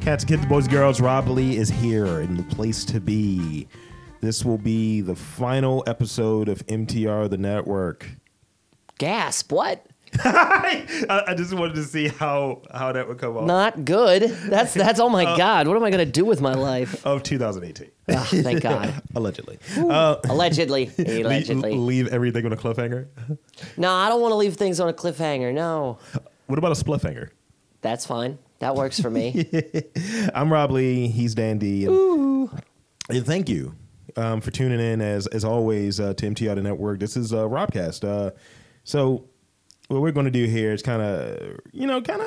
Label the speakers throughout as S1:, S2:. S1: Cats, kids, boys, girls, Rob Lee is here in the place to be. This will be the final episode of MTR The Network.
S2: Gasp! What?
S1: I, I just wanted to see how, how that would come off
S2: Not good. That's that's. Oh my God! What am I gonna do with my life?
S1: of 2018.
S2: Ah, thank God.
S1: Allegedly.
S2: Allegedly.
S1: Le-
S2: Allegedly.
S1: leave everything on a cliffhanger.
S2: No, I don't want to leave things on a cliffhanger. No,
S1: What about a spliffhanger?
S2: that's fine. That works for me.
S1: I'm Rob Lee. He's Dandy. And, and thank you um, for tuning in as as always uh, to MTR the Network. This is uh, Robcast. Uh, so what we're going to do here is kind of you know kind of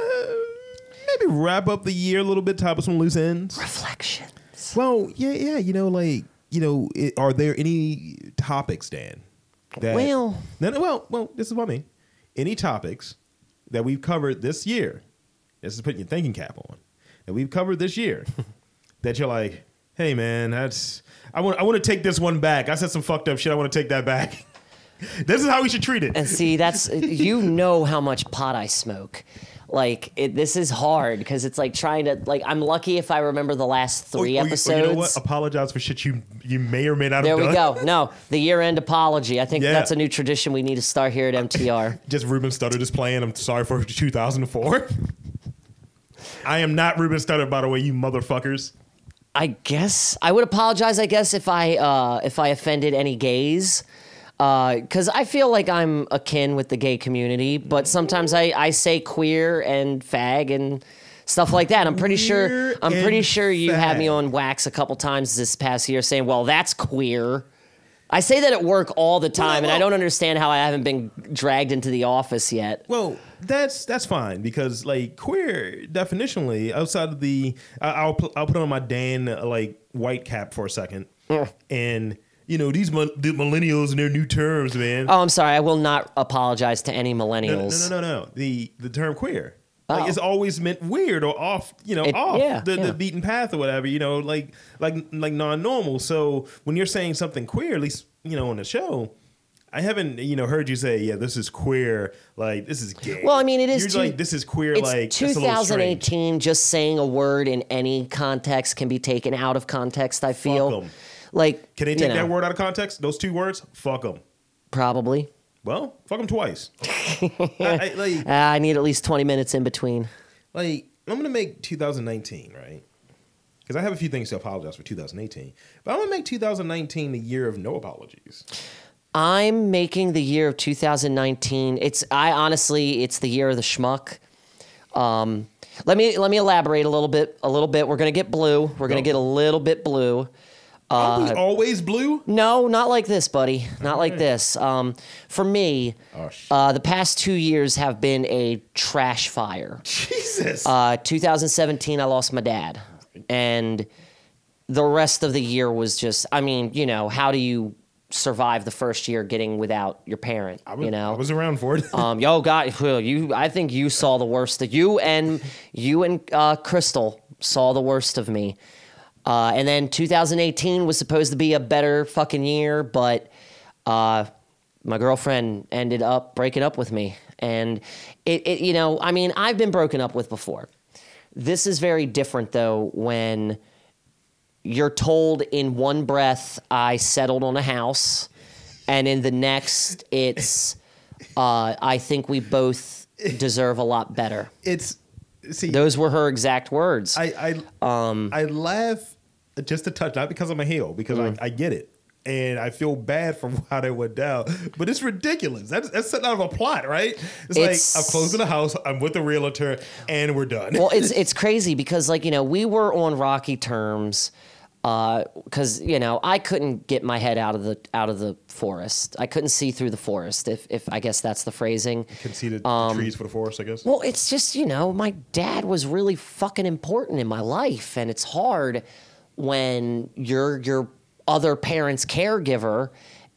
S1: maybe wrap up the year a little bit, tie up some loose ends.
S2: Reflections.
S1: Well, yeah, yeah. You know, like you know, it, are there any topics, Dan? That,
S2: Well-
S1: no, no, well, well. This is what I mean. Any topics that we've covered this year? This is putting your thinking cap on. That we've covered this year. that you're like, hey, man, that's I want. I want to take this one back. I said some fucked up shit. I want to take that back. this is how we should treat it.
S2: And see, that's you know how much pot I smoke. Like it, this is hard because it's like trying to like. I'm lucky if I remember the last
S1: Or-
S2: three
S1: or Oh, you-
S2: episodes.
S1: Or, you know what? Apologize for shit you you may or may not
S2: There
S1: have
S2: we
S1: done.
S2: go. No, the year end apology. I think
S1: Yeah.
S2: that's a new tradition we need to start here at MTR.
S1: just Ruben Studdard is playing. I'm sorry for 2004. I am not Ruben Studdard, by the way, you motherfuckers.
S2: I guess I would apologize. I guess if I uh, if I offended any gays, because I feel like I'm akin with the gay community. But sometimes I, I say queer and fag and stuff like that. I'm pretty sure
S1: Queer
S2: I'm pretty
S1: and
S2: sure you had me
S1: fag.
S2: on wax a couple times this past year saying, "Well, that's queer." I say that at work all the time, and I don't understand how I haven't been dragged into the office yet.
S1: Well, that's that's fine because like queer definitionally outside of the I I'll put- I'll put on my Dan uh, like white cap for a second and you know these mon- the millennials and their new terms, man.
S2: Oh, I'm sorry. I will not apologize to any
S1: no, no,
S2: millennials.
S1: no, no, no. The the term queer.
S2: Oh.
S1: Like it's always meant weird or off, you know,
S2: It-
S1: off
S2: yeah,
S1: the,
S2: yeah.
S1: the beaten path or whatever, you know, like like like non-normal. So when you're saying something queer, at least you know on the show, I haven't you know heard you say, yeah, this is queer, like this is gay.
S2: Well, I mean, it is
S1: You're
S2: two-
S1: like this is queer,
S2: It's
S1: like that's a little strange.
S2: 2018. Just saying a word in any context can be taken out of context. I feel
S1: 'em.
S2: like
S1: Can they
S2: you
S1: take
S2: know,
S1: that word out of context? Those two words, fuck them.
S2: Probably.
S1: Well, fuck them twice. I- I- like,
S2: Uh, I need at least 20 minutes in between.
S1: like I'm gonna make 2019 right because I have a few things to apologize for 2018, but I'm gonna make 2019 the year of no apologies.
S2: I'm making the year of 2019. It's I honestly, it's the year of the schmuck. Um, let me let me elaborate a little bit. A little bit. We're gonna get blue. We're gonna
S1: Go.
S2: get a little bit blue. Uh,
S1: Aren't we always blue.
S2: No, not like this, buddy. Not like this. Um, for me,
S1: Oh, sh-
S2: uh, the past two years have been a trash fire.
S1: Jesus.
S2: Uh, 2017, I lost my dad, and the rest of the year was just. I mean, you know, how do you survive the first year getting without your parent?
S1: I was,
S2: you know,
S1: I was around for it.
S2: um, yo, God, whew, you. I think you saw the worst. Of, you and you and uh, Crystal saw the worst of me. Uh, and then 2018 was supposed to be a better fucking year, but uh, my girlfriend ended up breaking up with me, and it, it. You know, I mean, I've been broken up with before. This is very different though when you're told in one breath I settled on a house, and in the next it's uh, I think we both deserve a lot better.
S1: it's see,
S2: Those were her exact words.
S1: I I um I laugh just a touch, not because I'm a heel, because
S2: Mm.
S1: I, I get it. And I feel bad for how that went down, but it's ridiculous. That's that's set out of a plot, right? It's,
S2: It's-
S1: like I'm closing the house, I'm with the realtor, and we're done.
S2: well, it's it's crazy because like you know we were on rocky terms, because you know I couldn't get my head out of the out of the forest. I couldn't see through the forest. If if I guess that's the phrasing.
S1: Conceded the trees for the forest, I guess.
S2: um, Well, it's just, you know, my dad was really fucking important in my life. And it's hard when you're your other parent's caregiver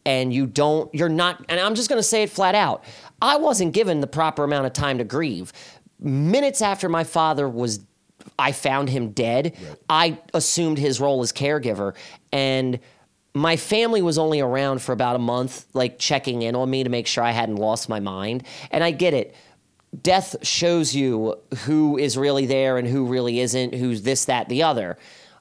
S2: and you don't, you're not, and I'm just going to say it flat out I wasn't given the proper amount of time to grieve. Minutes after my father was, I found him dead, I assumed his role as caregiver. And my family was only around for about a month, like checking in on me to make sure I hadn't lost my mind. And I get it death shows you who is really there and who really isn't, who's this, that, the other.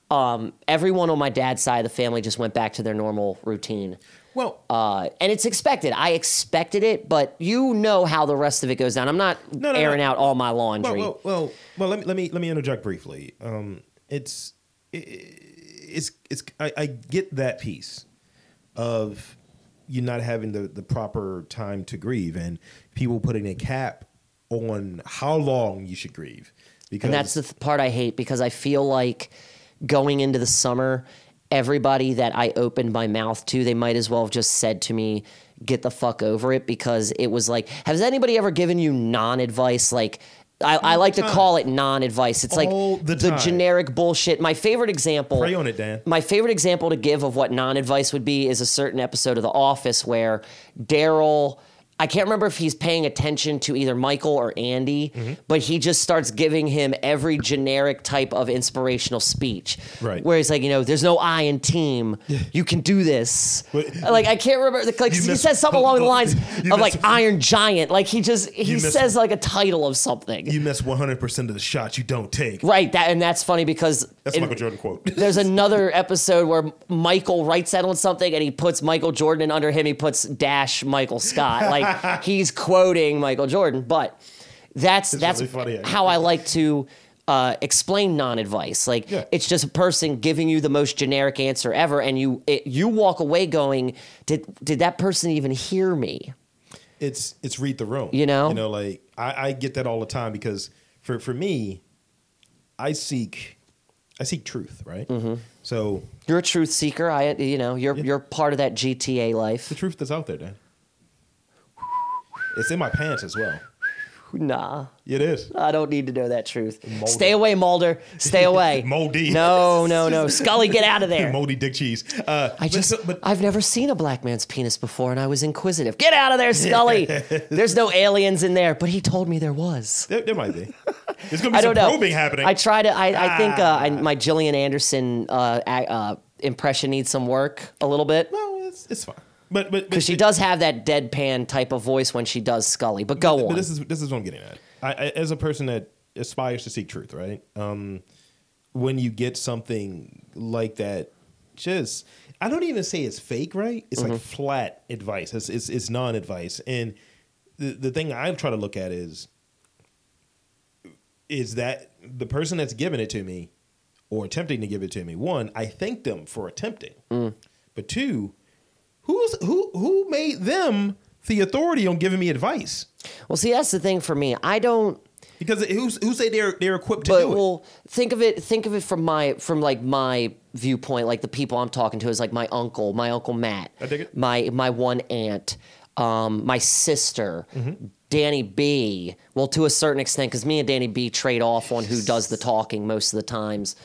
S2: Um, everyone on my dad's side of the family just went back to their normal routine.
S1: Well,
S2: Uh, and it's expected. I expected it, but you know how the rest of it goes down. I'm not
S1: No, no, no.
S2: airing out all my laundry.
S1: well, well, well, well, let me let me let me interject briefly. Um, it's i- i it's it's I, I get that piece of you not having the the proper time to grieve and people putting a cap on how long you should grieve because
S2: And that's the th- part I hate because I feel like going into the summer, everybody that I opened my mouth to, they might as well have just said to me, get the fuck over it because it was like, has anybody ever given you non advice? Like, I, I like to
S1: time.
S2: call it non advice. It's
S1: All
S2: like
S1: the time.
S2: generic bullshit. My favorite example
S1: Pray on it, Dan.
S2: my favorite example to give of what non advice would be is a certain episode of The Office where Daryl, I can't remember if he's paying attention to either Michael or Andy,
S1: Mm-hmm.
S2: but he just starts giving him every generic type of inspirational speech.
S1: Right.
S2: Where he's like, you know, there's no I in team. You can do this.
S1: But-
S2: like, I can't remember. Like,
S1: You
S2: he
S1: missed-
S2: says something along the lines
S1: You
S2: of like
S1: missed-
S2: Iron Giant. Like, he just, he
S1: You missed-
S2: says like a title of something.
S1: you miss one hundred percent of the shots you don't take.
S2: right. That, and that's funny because
S1: That's
S2: in-
S1: Michael Jordan quote.
S2: there's another episode where Michael writes that on something and he puts Michael Jordan and under him he puts dash Michael Scott. Like he's quoting Michael Jordan, but that's that's
S1: really funny, actually.
S2: how I like to uh, explain non-advice. Like
S1: Yeah.
S2: it's just a person giving you the most generic answer ever, and you it, you walk away going, did did that person even hear me?
S1: it's it's read the room.
S2: You know?
S1: you know, like I, I get that all the time because for for me, I seek I seek truth, right?
S2: Mm-hmm.
S1: So
S2: You're a truth seeker. I you know you're you're part of that GTA
S1: the
S2: life.
S1: truth that's out there, Dan. It's in my pants as well.
S2: Nah.
S1: It is.
S2: I don't need to know that truth.
S1: Mulder.
S2: Stay away, Mulder. Stay away.
S1: Moldy.
S2: No, no, no. Scully, get out of there.
S1: Moldy dick cheese. Uh,
S2: I just,
S1: but, but
S2: I've never seen a black man's penis before, and I was inquisitive. Get out of there, Scully. There's no aliens in there, but he told me there was.
S1: there, there might be. There's gonna be
S2: I
S1: some
S2: don't know.
S1: probing happening. Ah.
S2: I try to. I, I think uh, I, my Gillian Anderson uh, a- uh, impression needs some work a little bit
S1: well, it's it's fine. But but, but
S2: because she does have that deadpan type of voice when she does Scully. But go
S1: But
S2: on.
S1: this is this is what I'm getting at. I, I, as a person that aspires to seek truth, right? Um, when you get something like that, just I don't even say it's fake, right? It's like flat advice. It's it's, it's non advice, and the the thing I try to look at is is that the person that's giving it to me or attempting to give it to me. One, I thank them for attempting, but two. Who's, who who made them the authority on giving me advice?
S2: well, see, that's the thing for me. I don't.
S1: Because who's who say they're they're equipped to
S2: but
S1: do it?
S2: well think of it think of it from my from like my viewpoint like the people i'm talking to is like my uncle my uncle matt
S1: I dig it.
S2: my my one aunt um my sister
S1: Mm-hmm.
S2: danny b well to a certain extent because me and danny b trade off on who does the talking most of the times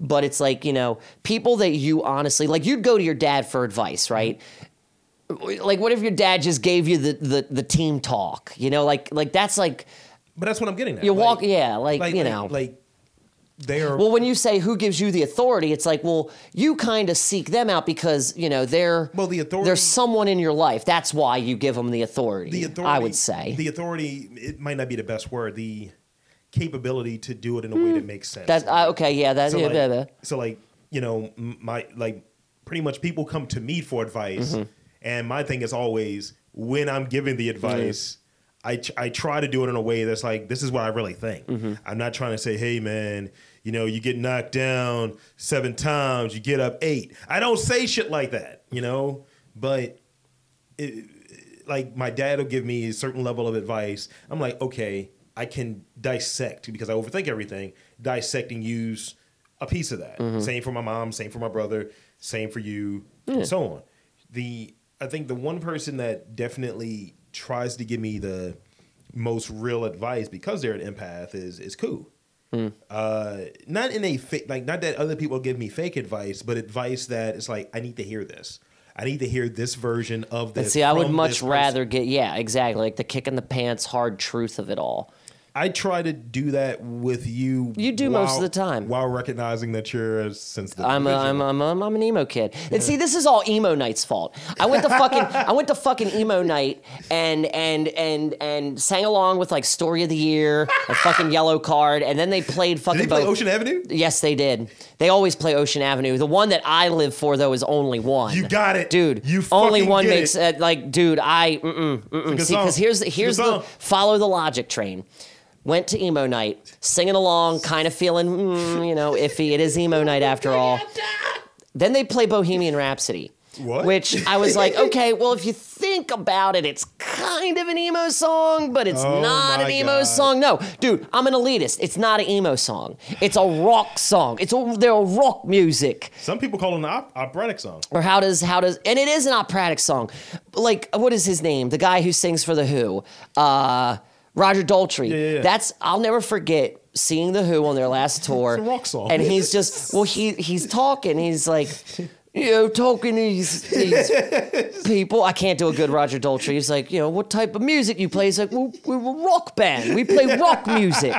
S2: but it's like you know people that you honestly like you'd go to your dad for advice
S1: Mm-hmm.
S2: right like what if your dad just gave you the the, the team talk you know like like that's like
S1: But that's what I'm getting at.
S2: you walk yeah like, you know
S1: like they're
S2: well,
S1: well,
S2: when you say who gives you the authority, it's like, well, you kind of seek them out because you know they're
S1: Well, the authority-
S2: There's someone in your life. That's why you give them the authority.
S1: the authority.
S2: I would say
S1: the authority. It might not be the best word. The capability to do it in a way that makes sense.
S2: Hmm. that. I uh, okay, yeah, that.
S1: so,
S2: yeah,
S1: like,
S2: blah, blah.
S1: so like you know m- my like pretty much people come to me for advice, and my thing is always when I'm giving the advice. I, tr- I try to do it in a way that's like this is what I really think. I'm not trying to say, hey man, you know you get knocked down seven times, you get up eight. I don't say shit like that, you know. But like my dad will give me a certain level of advice. I'm like, okay, I can dissect because I overthink everything. Dissect and use a piece of that.
S2: Mm-hmm.
S1: Same for my mom. Same for my brother. Same for you, and so on. The I think the one person that definitely tries to give me the most real advice because they're an empath is is Koo. Uh, not in a fake, like not that other people give me fake advice, but advice that it's like I need to hear this. I need to hear this version of this.
S2: See, I would
S1: from
S2: much
S1: this person.
S2: rather get yeah, exactly, like the kick in the pants, hard truth of it all.
S3: I try to do that with you.
S2: You do most of the time.
S3: while recognizing that you're a sensitive.
S2: I'm, a, I'm, I'm, I'm, I'm an emo kid. And see, this is all emo night's fault. I went to fucking I went to fucking emo night and and and and sang along with like story of the year and fucking yellow card, and then they played fucking
S3: Did he play
S2: both-
S3: Ocean Avenue?
S2: Yes, they did. They always play Ocean Avenue. The one that I live for though is only one.
S3: You got it.
S2: dude.
S3: You
S2: only
S3: fucking
S2: one
S3: get
S2: makes uh, like, dude. I mm-mm, mm-mm.
S3: good
S2: see because
S3: song.
S2: here's
S3: It's a
S2: here's
S3: good
S2: the
S3: song.
S2: follow the logic train. Went to emo night, singing along, kind of feeling, mm, you know, iffy. It is emo night after all. Then they play Bohemian Rhapsody.
S3: What?
S2: Which I was like, okay, well, if you think about it, it's kind of an emo song, but it's
S3: Oh
S2: not
S3: my
S2: an emo
S3: God.
S2: song. No, dude, I'm an elitist. It's not an emo song. It's a rock song. It's a, they're rock music.
S3: Some people call it an op- operatic song.
S2: Or how does how does and it is an operatic song. Like what is his name? The guy who sings for the Who, uh, Roger Daltrey.
S3: yeah, yeah.
S2: That's I'll never forget seeing the Who on their last tour.
S3: It's a rock song.
S2: And he's just well, he he's talking. He's like. You know, talking to these, these people. I can't do a good Roger Daltrey. He's like, you know, what type of music you play? He's like, well, we're a rock band. We play rock music.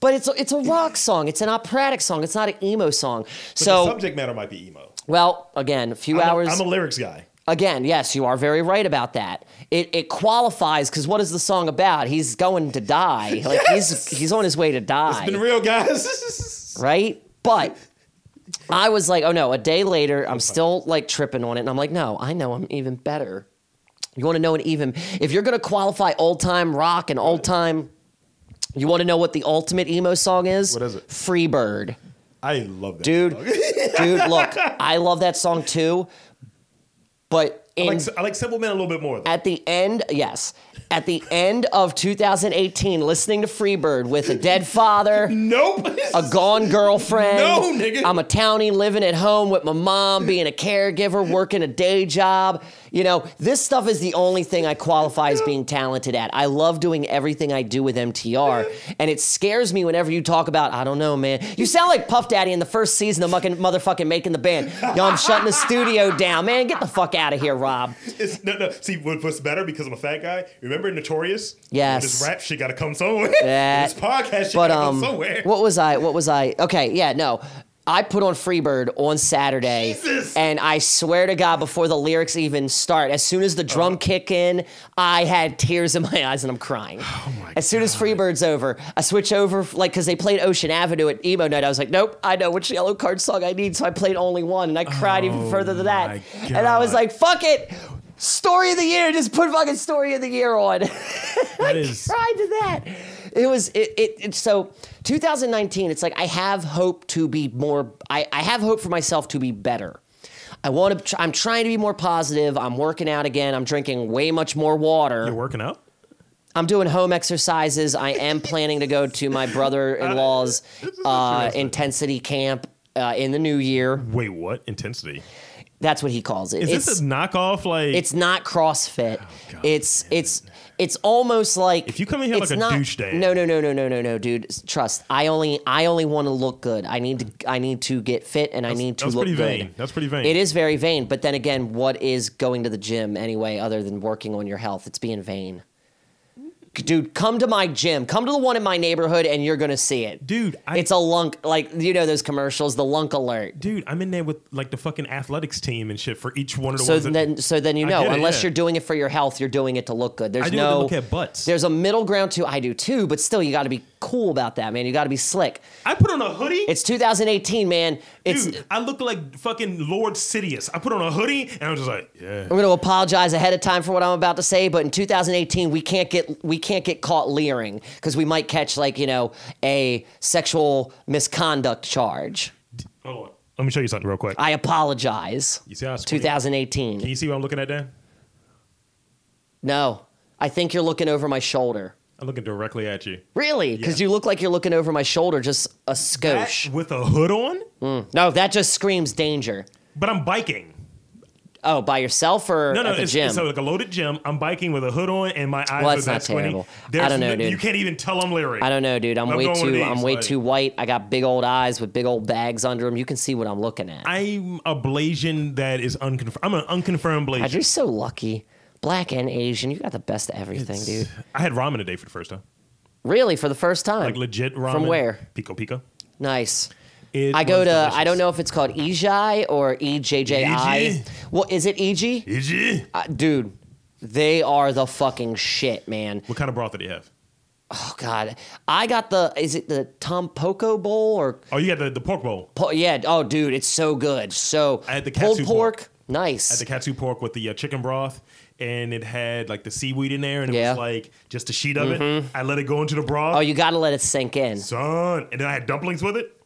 S2: But it's it's a rock song. It's an operatic song. It's not an emo song.
S3: The
S2: so
S3: subject matter might be emo.
S2: well, again, a few
S3: I'm a-
S2: hours.
S3: I'm a lyrics guy.
S2: again, yes, you are very right about that. It it qualifies because what is the song about? He's going to die. Like he's he's on his way to die,
S3: Been real, guys.
S2: right? But I was like, oh no! A day later, I'm still like tripping on it, and I'm like, no, I know I'm even better. You want to know an even? If you're gonna qualify old time rock and old time, you want to know what the ultimate emo song is?
S3: What is it?
S2: Free Bird.
S3: I love that,
S2: dude.
S3: song.
S2: dude, look, I love that song too, but
S3: I
S2: in,
S3: like, I like Simple Man a little bit more. Though.
S2: at the end, yes, at the end of 2018, listening to Freebird with a dead father.
S3: Nope.
S2: A gone girlfriend.
S3: No, nigga.
S2: I'm a townie living at home with my mom, being a caregiver, working a day job. You know, this stuff is the only thing I qualify as being talented at. I love doing everything I do with MTR, and it scares me whenever you talk about, I don't know, man. You sound like Puff Daddy in the first season of mucking, motherfucking making the band. Yo, I'm shutting the studio down, man. Get the fuck out of here, Rob.
S3: It's, no, no. See, what- what's better because I'm a fat guy. Remember Notorious?
S2: Yes.
S3: This rap shit got to come somewhere.
S2: That-
S3: this podcast shit got
S2: but
S3: to
S2: um,
S3: come somewhere.
S2: what was I? What was I? Okay, yeah, no. I put on Freebird on Saturday,
S3: Jesus!
S2: and I swear to God, before the lyrics even start, as soon as the
S3: Oh.
S2: drum kick in, I had tears in my eyes and I'm crying.
S3: Oh
S2: as soon as Freebird's over, I switch over like because they played Ocean Avenue at emo night. I was like, nope, I know which yellow card song I need, so I played only one, and I cried even
S3: Oh
S2: further than that.
S3: my
S2: And I was
S3: God.
S2: like, fuck it, story of the year, just put fucking story of the year on.
S3: that is
S2: tried to that. It was it, it, it so 2019. It's like I have hope to be more. I, I have hope for myself to be better. I want to. tr- I'm trying to be more positive. I'm working out again. I'm drinking way much more water.
S3: working out.
S2: I'm doing home exercises. I am planning to go to my brother-in-law's uh, intensity camp uh, in the new year.
S3: Wait, what intensity?
S2: That's what he calls it. it's
S3: knockoff? Like,
S2: it's not CrossFit.
S3: God
S2: it's it's it's almost like
S1: Oh, If you come in here like
S2: it's
S1: a douche day.
S2: No, no, no, no, no, no, no, dude. S- Trust. I only I only want to look good. I need to I need to get fit and I need to
S1: That's
S2: look
S1: pretty
S2: good.
S1: vain. That's pretty vain.
S2: It is very vain, but then again, what is going to the gym anyway other than working on your health? It's being vain. Dude, come to my gym. Come to the one in my neighborhood and you're going to see it.
S1: dude. I,
S2: it's a lunk like you know those commercials, the lunk alert.
S1: dude. I'm in there with like the fucking athletics team and shit for each one of the
S2: So
S1: ones. that-
S2: then, so then you
S1: I
S2: know,
S1: get it,
S2: unless
S1: yeah.
S2: you're doing it for your health, you're doing it to look good. There's
S1: I do it to
S2: no
S1: look at butts.
S2: There's a middle ground too. I do too, but still, you got to be cool about that, man. You got to be slick.
S1: I put on a hoodie.
S2: It's 2018, man. It's
S1: dude, I look like fucking Lord Sidious. I put on a hoodie and I'm just like, yeah.
S2: I'm going to apologize ahead of time for what I'm about to say, but in 2018, we can't get we can't get caught leering because we might catch like you know a sexual misconduct charge.
S1: Hold on. Let me show you something real quick.
S2: I apologize.
S1: You see how I squint?
S2: 2018.
S1: Can you see what I'm looking at there?
S2: No, I think you're looking over my shoulder.
S1: I'm looking directly at you.
S2: Really? Because you look like you're looking over my shoulder, just a skosh.
S1: With a hood on,
S2: no, that just screams danger.
S1: but I'm biking.
S2: Oh, by yourself or
S1: No, no,
S2: at the
S1: it's,
S2: gym?
S1: it's like a loaded gym. I'm biking with a hood on and my eyes
S2: Well,
S1: are
S2: that's
S1: that
S2: not
S1: squinty.
S2: terrible. I
S1: There's
S2: don't know,
S1: no-
S2: dude.
S1: You can't even tell I'm lyric.
S2: I don't know, dude. I'm,
S1: I'm
S2: way
S1: going with
S2: too.
S1: these,
S2: I'm way
S1: like-
S2: too white. I got big old eyes with big old bags under them. You can see what I'm looking at.
S1: I'm a Blasian that is unconfirmed. I'm an unconfirmed Blasian. I,
S2: God, you're so lucky. Black and Asian. You got the best of everything, dude.
S1: had ramen today for the first time.
S2: Really, for the first time.
S1: Like legit ramen.
S2: From where?
S1: Pico Pico.
S2: Nice.
S1: It
S2: I go
S1: was
S2: to I
S1: delicious. E
S2: don't know if it's called EJI or E EJJI.
S1: EJ?
S2: Well, is it EG?
S1: Is it?
S2: Uh, dude, they are the fucking shit, man.
S1: What kind of broth did he have?
S2: Oh god. I got the is it the Tompoco bowl or
S1: Oh, you got the, the pork bowl.
S2: po- yeah, oh dude, it's so good. So
S1: I had the
S2: pulled
S1: katsu
S2: pork,
S1: pork.
S2: nice.
S1: Had the katsu pork with the uh, chicken broth, and it had like the seaweed in there, and it
S2: Yeah. Mm-hmm.
S1: was like just a sheet of it. I let it go into the broth.
S2: oh, you got to let it sink in.
S1: son. And then I had dumplings with it.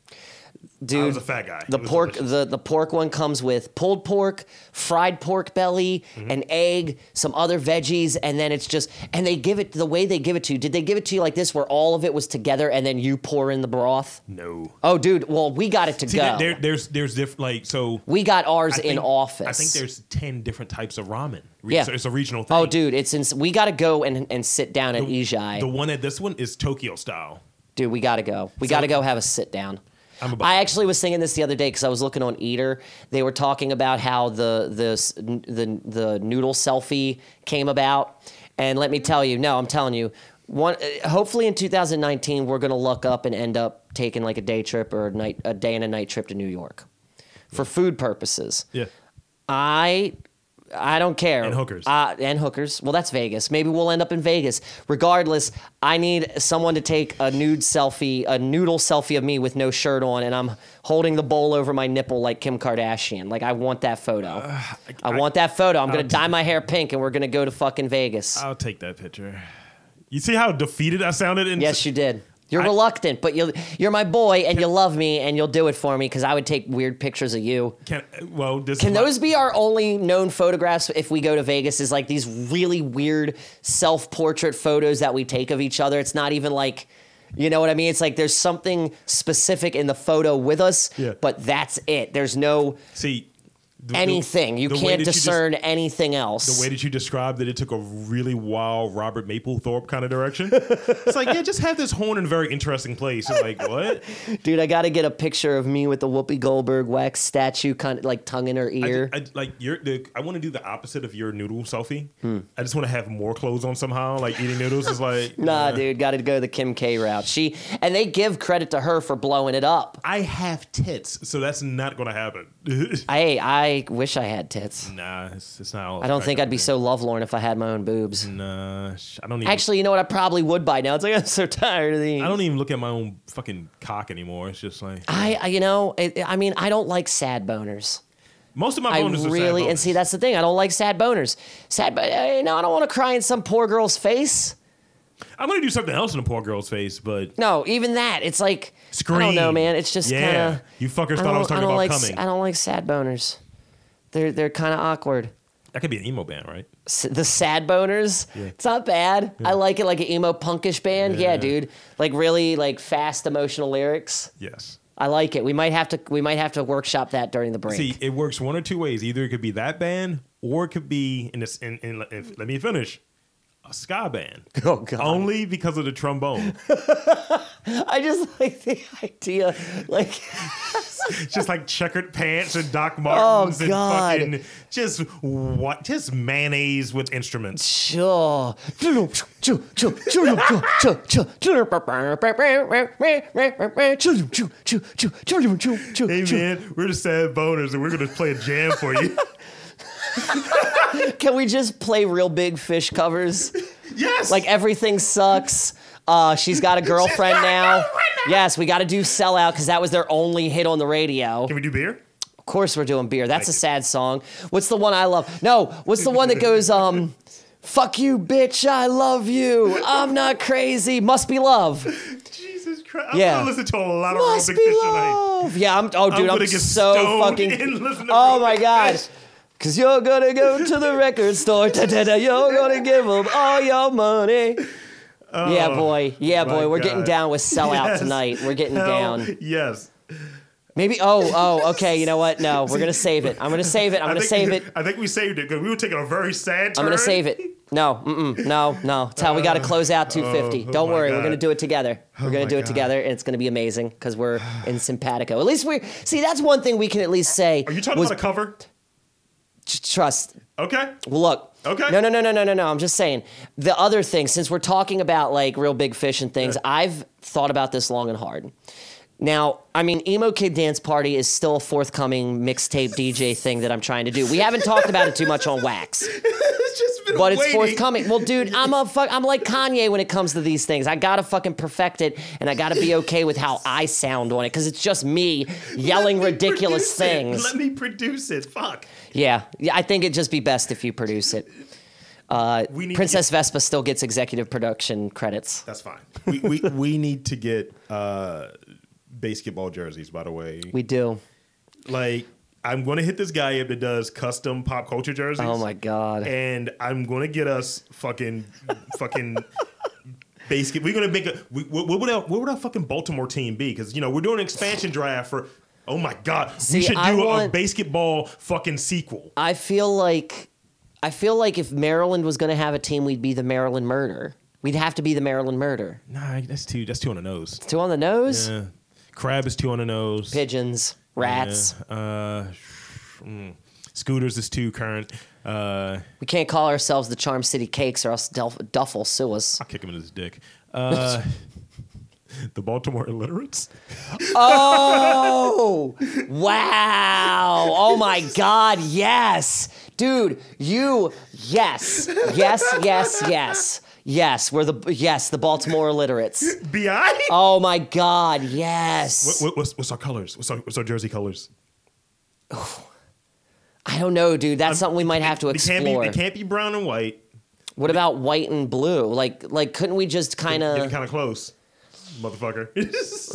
S2: Dude,
S1: I was a fat guy.
S2: The
S1: It was
S2: pork,
S1: delicious.
S2: the, the pork one comes with pulled pork, fried pork belly,
S1: Mm-hmm.
S2: an egg, some other veggies, and then it's just and they give it the way they give it to you. Did they give it to you like this, where all of it was together, and then you pour in the broth?
S1: No.
S2: Oh, dude, well we got it to
S1: See,
S2: go.
S1: there, there- there's there's different like so.
S2: we got ours
S1: I
S2: in
S1: think-
S2: office.
S1: I think there's ten different types of ramen. Re-
S2: Yeah.
S1: so it's a regional thing.
S2: Oh, dude, it's ins- we got to go and and sit down at Ijai.
S1: The one at this one is Tokyo style.
S2: Dude, we gotta go. We gotta go have a sit down.
S1: I'm about
S2: I actually was thinking this the other day because I was looking on Eater. They were talking about how the the s- the the noodle selfie came about, and let me tell you, no, I'm telling you, one. uh, Hopefully, in 2019, we're gonna look up and end up taking like a day trip or a night a day and a night trip to New York for food purposes.
S1: Yeah.
S2: I I don't care.
S1: And hookers.
S2: Uh, and hookers. Well, that's Vegas. Maybe we'll end up in Vegas. Regardless, I need someone to take a nude selfie, a noodle selfie of me with no shirt on, and I'm holding the bowl over my nipple like Kim Kardashian. Like I want that photo.
S1: Uh,
S2: I, want that photo. I'm gonna dye my hair pink, and we're gonna go to fucking Vegas.
S1: I'll take that picture. You see how defeated I sounded? In
S2: yes, you did. You're
S1: I-
S2: reluctant, but you you're my boy, and you love me, and you'll do it for me because I would take weird pictures of you.
S1: Can, well, this
S2: Can
S1: is my-
S2: those be our only known photographs if we go to Vegas? Is like these really weird self portrait photos that we take of each other. It's not even like, you know what I mean? It's like there's something specific in the photo with us,
S1: Yeah.
S2: but that's it. There's no
S1: see the- the-
S2: anything. You
S1: the way
S2: can't
S1: that you just-
S2: discern anything else.
S1: the way that you described that it took a really wild Robert Mapplethorpe kind of direction. it's like, yeah, just have this horn in a very interesting place. It's like, what?
S2: Dude, I got to get a picture of me with the Whoopi Goldberg wax statue, kind of like tongue in her
S1: I,
S2: ear.
S1: ju- I- like you're the, I want to do the opposite of your noodle selfie.
S2: Hmm.
S1: I just want to have more clothes on somehow. Like eating noodles is like
S2: Nah, dude, got to go the Kim K route. She and they give credit to her for blowing it up.
S1: I have tits, so that's not going to happen.
S2: Hey, I wish I had tits.
S1: nah, it's, it's not. All
S2: I don't think I'd be so lovelorn if I had my own boobs.
S1: Mm. Nah, sh- I don't even.
S2: Actually, you know what? I probably would by now. It's like I'm so tired of these.
S1: I don't even look at my own fucking cock anymore. It's just like
S2: I, I- you know, it, I mean, I don't like sad boners.
S1: most of my
S2: I
S1: boners are sad
S2: really, and see,
S1: boners.
S2: that's the thing. I don't like sad boners. Sad, but you know, I don't want to cry in some poor girl's face.
S1: I'm gonna do something else in the poor girl's face, but
S2: No, even that. It's like
S1: Scream.
S2: I don't know, man. It's just
S1: yeah.
S2: kind of.
S1: You fuckers thought I was talking about
S2: like,
S1: coming.
S2: I don't like sad boners. They're they're kind of awkward.
S1: that could be an emo band, right?
S2: S- the sad boners. It's not bad. I like it like an emo punkish band. yeah,
S1: Yeah.
S2: dude. Like really like fast emotional lyrics.
S1: Yes.
S2: I like it. We might have to we might have to workshop that during the break.
S1: See, it works one or two ways. Either it could be that band, or it could be in this. In, in, if, let me finish. A ska band,
S2: oh god.
S1: only because of the trombone.
S2: I just like the idea like
S1: It's just like checkered pants and Doc
S2: Oh,
S1: Martens
S2: God.
S1: and fucking just what, just mayonnaise with instruments.
S2: sure. Hey
S1: Hey man, we're the sad boners, and we're gonna play a jam for you.
S2: Can we just play real big fish covers?
S1: yes,
S2: Like everything sucks. Uh, she's got a girlfriend now. Yes, we got to do sellout because that was their only hit on the radio.
S1: can we do beer?
S2: Of course, we're doing beer. That's a
S1: Thank you.
S2: sad song. What's the one I love? No, what's the one that goes, um, "Fuck you, bitch. I love you. I'm not crazy. Must be love.
S1: Jesus Christ! I'm
S2: Yeah.
S1: gonna listen to a lot of
S2: Must
S1: Robic
S2: be
S1: Fish tonight.
S2: love." Yeah, I'm. Oh, dude, I'm,
S1: gonna get
S2: so
S1: stoned
S2: fucking.
S1: and listen to
S2: Oh
S1: Robic
S2: my god.
S1: Fish.
S2: Cause you're gonna go to the record store. Da-da-da, you're gonna give them all your money. yeah, boy. Yeah,
S1: Oh, my
S2: boy. We're getting
S1: God.
S2: down with sellout
S1: Yes.
S2: tonight. We're getting
S1: Hell
S2: down.
S1: Yes.
S2: Maybe. Oh, oh. Okay. You know what? No, we're gonna save it. I'm gonna save it. I'm
S1: I
S2: gonna
S1: think-
S2: save it.
S1: I think we saved it because we were taking a very sad.
S2: I'm gonna save it. No, mm-mm, no, no. It's how we got to close out 250.
S1: oh
S2: Don't
S1: my
S2: worry, we're
S1: God. Oh
S2: gonna do it together. We're gonna
S1: my
S2: do it
S1: God.
S2: together, and it's gonna be amazing because we're in simpatico. At least we see. That's one thing we can at least say.
S1: Are you talking
S2: was
S1: about a cover?
S2: t- trust?
S1: Okay.
S2: Well, look,
S1: Okay.
S2: No, no, no, no, no, no, no. I'm just saying the other thing. Since we're talking about like real big fish and things, I've thought about this long and hard. Now, I mean, Emo Kid Dance Party is still a forthcoming mixtape DJ thing that I'm trying to do. We haven't talked about it too much on Wax,
S1: it's just been
S2: but it's
S1: waiting.
S2: forthcoming. Well, dude, I'm a fuck. I'm like Kanye when it comes to these things. I gotta fucking perfect it, and I gotta be okay with how I sound on it because it's just me yelling
S1: Let me
S2: ridiculous
S1: produce it.
S2: things.
S1: Let me produce it. Fuck.
S2: Yeah, yeah. I think it'd just be best if you produce it. Uh,
S1: We need to
S2: Princess Vespa still gets executive production credits.
S1: That's fine.
S3: we, we, we need to get uh, basketball jerseys, by the way.
S2: We do.
S1: Like, I'm going to hit this guy up that does custom pop culture jerseys.
S2: Oh my god.
S1: And I'm going to get us fucking, fucking. Basket. We're gonna make a. We, what, what would our what would our fucking Baltimore team be? Because you know we're doing an expansion draft for. Oh my god,
S2: See,
S1: we should do
S2: I
S1: a- a
S2: want-
S1: basketball fucking sequel.
S2: I feel like I feel like if Maryland was going to have a team, we'd be the Maryland Murder. We'd have to be the Maryland Murder.
S1: Nah, that's two. That's two on the nose.
S2: Two on the nose,
S1: Yeah. Crab is two on the nose.
S2: pigeons, rats.
S1: Yeah. Uh, sh- mm. Scooters is too current. Uh,
S2: We can't call ourselves the Charm City Cakes, or else Duff, Duff will sue us.
S1: I'll kick him in his dick. Uh, the Baltimore illiterates.
S2: Oh, wow. Oh my God. Yes. Dude, you, yes. Yes, yes, yes. Yes, we're the, yes, the Baltimore illiterates.
S1: Bi.
S2: Oh my God. Yes.
S1: What, what, what's, what's our colors? What's our, what's our jersey colors?
S2: I don't know, dude. That's something we might have to
S1: They Um, can't be.
S2: explore.
S1: They can't be brown and white.
S2: What about white and blue? Like, like, couldn't we just kind
S1: Getting
S2: of?
S1: kind of close, motherfucker.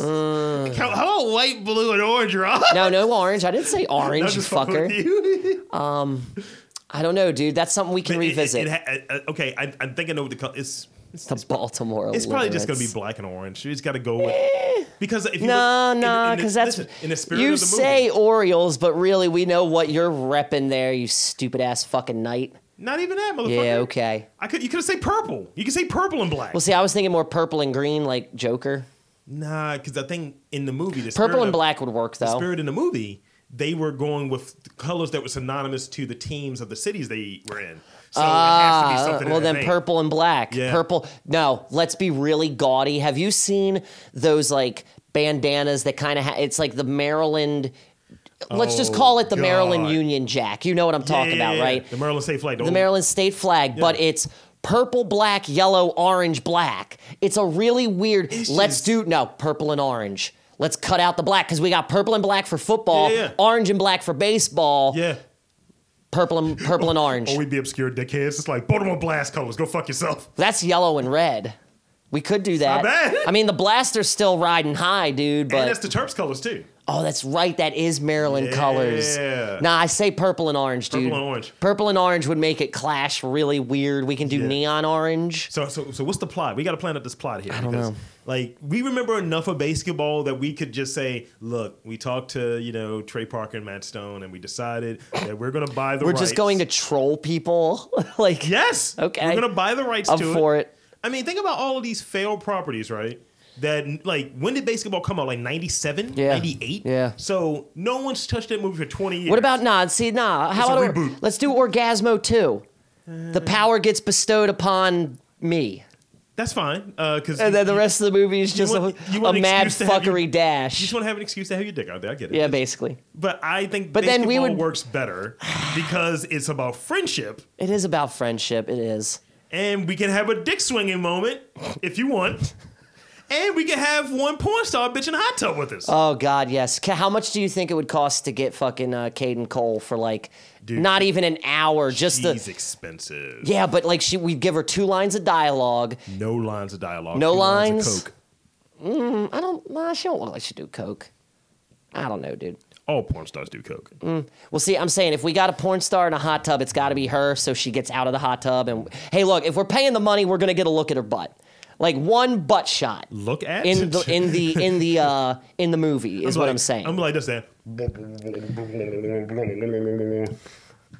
S1: How, how about white, blue, and orange, Rob?
S2: No, no orange. I didn't say
S1: I'm
S2: orange, you
S1: just fucking with
S2: fucker.
S1: you.
S2: I don't know, dude. That's something we can
S1: It- it-
S2: revisit.
S1: it ha- uh, okay, I, I'm thinking of the color. It's it's,
S2: the Baltimore.
S1: It's probably just going to
S2: illiterates.
S1: be black and orange. It's got to go with
S2: "Eh,
S1: because if you
S2: No,
S1: look- in-
S2: no,
S1: in the-
S2: because that's
S1: listen, in the spirit
S2: you
S1: of the movie.
S2: say Orioles, but really we know what you're repping there, you stupid ass fucking knight.
S1: Not even that, motherfucker.
S2: Yeah, okay.
S1: I could you could have said purple. You could say purple and black.
S2: Well, see, I was thinking more purple and green, like Joker.
S1: nah, because I think in the movie, the
S2: Purple
S1: spirit
S2: and
S1: of-
S2: black would work
S1: the
S2: though.
S1: spirit in the movie, they were going with the colors that were synonymous to the teams of the cities they were in. So it has to be
S2: Ah,
S1: something. in
S2: well
S1: that
S2: then
S1: vein.
S2: purple and black.
S1: Yeah.
S2: Purple. No, let's be really gaudy. Have you seen those like bandanas that kind of ha- it's like the Maryland Let's just
S1: Oh,
S2: call it the Maryland
S1: God.
S2: Union Jack. You know what I'm
S1: Yeah,
S2: talking
S1: yeah,
S2: about,
S1: yeah.
S2: right?
S1: The Maryland Safe Flight. oh,
S2: the Maryland state flag, but it's purple, black, yellow, orange, black. It's a really weird. let's
S1: just-
S2: do no purple and orange. Let's cut out the black because we got purple and black for football,
S1: Yeah, yeah.
S2: orange and black for baseball,
S1: Yeah.
S2: purple and purple and orange.
S1: Or we'd be obscure dickheads. It's like Baltimore Blast colors. Go fuck yourself.
S2: That's yellow and red. We could do that.
S1: bad.
S2: I mean, the blaster's still riding high, dude. But
S1: and that's the Terps colors too.
S2: oh, that's right. That is Maryland colors.
S1: Yeah.
S2: Nah, I say purple and orange, dude.
S1: and orange.
S2: Purple and orange would make it clash really weird. We can do
S1: Yeah.
S2: neon orange.
S1: So, so, so what's the plot? We got to plan out this plot here. I
S2: don't know.
S1: Like, we remember enough of basketball that we could just say, look, we talked to, you know, Trey Parker and Matt Stone, and we decided that we're going to buy the
S2: We're
S1: rights.
S2: just going to troll people. like,
S1: Yes.
S2: Okay.
S1: We're going to buy the rights
S2: I'm
S1: to
S2: for
S1: it.
S2: it.
S1: I mean, think about all of these failed properties, right? That, like, when did basketball come out? Like 97?
S2: Yeah.
S1: 98?
S2: Yeah.
S1: So, no one's touched that movie for 20 years.
S2: What about nah? See, nah. How
S1: It's a
S2: about or,
S1: reboot. Uh,
S2: let's do Orgasmo 2. the power gets bestowed upon me.
S1: That's fine. Because
S2: And then the rest of the movie is just
S1: want-
S2: a,
S1: you want
S2: a
S1: an
S2: mad
S1: excuse to have your-
S2: fuckery dash.
S1: you just want to have an excuse to have your dick out there. I get it.
S2: yeah, basically.
S1: But I think
S2: But then
S1: basketball
S2: we would-
S1: works better because it's about friendship,
S2: It is about friendship. It is.
S1: and we can have a dick swinging moment if you want, and we can have one porn star bitch in a hot tub with us.
S2: Oh, God, yes. Ca- How much do you think it would cost to get fucking uh, Caden Cole for like
S1: Dude.
S2: not even an hour? Just
S1: She's
S2: the.
S1: expensive.
S2: Yeah, but like she, we'd give her two lines of dialogue.
S1: No lines of dialogue.
S2: No
S1: two
S2: lines?
S1: of coke.
S2: Mm, I don't. Nah, she don't look like she do coke. I don't know, dude.
S1: All porn stars do coke.
S2: Well, see, I'm saying if we got a porn star in a hot tub, it's got to be her, so she gets out of the hot tub. And hey, look, if we're paying the money, we're gonna get a look at her butt, like one butt shot
S1: Look at
S2: in the in the in the uh, in the movie is what
S1: like-
S2: I'm saying.
S1: I'm like, that's that. You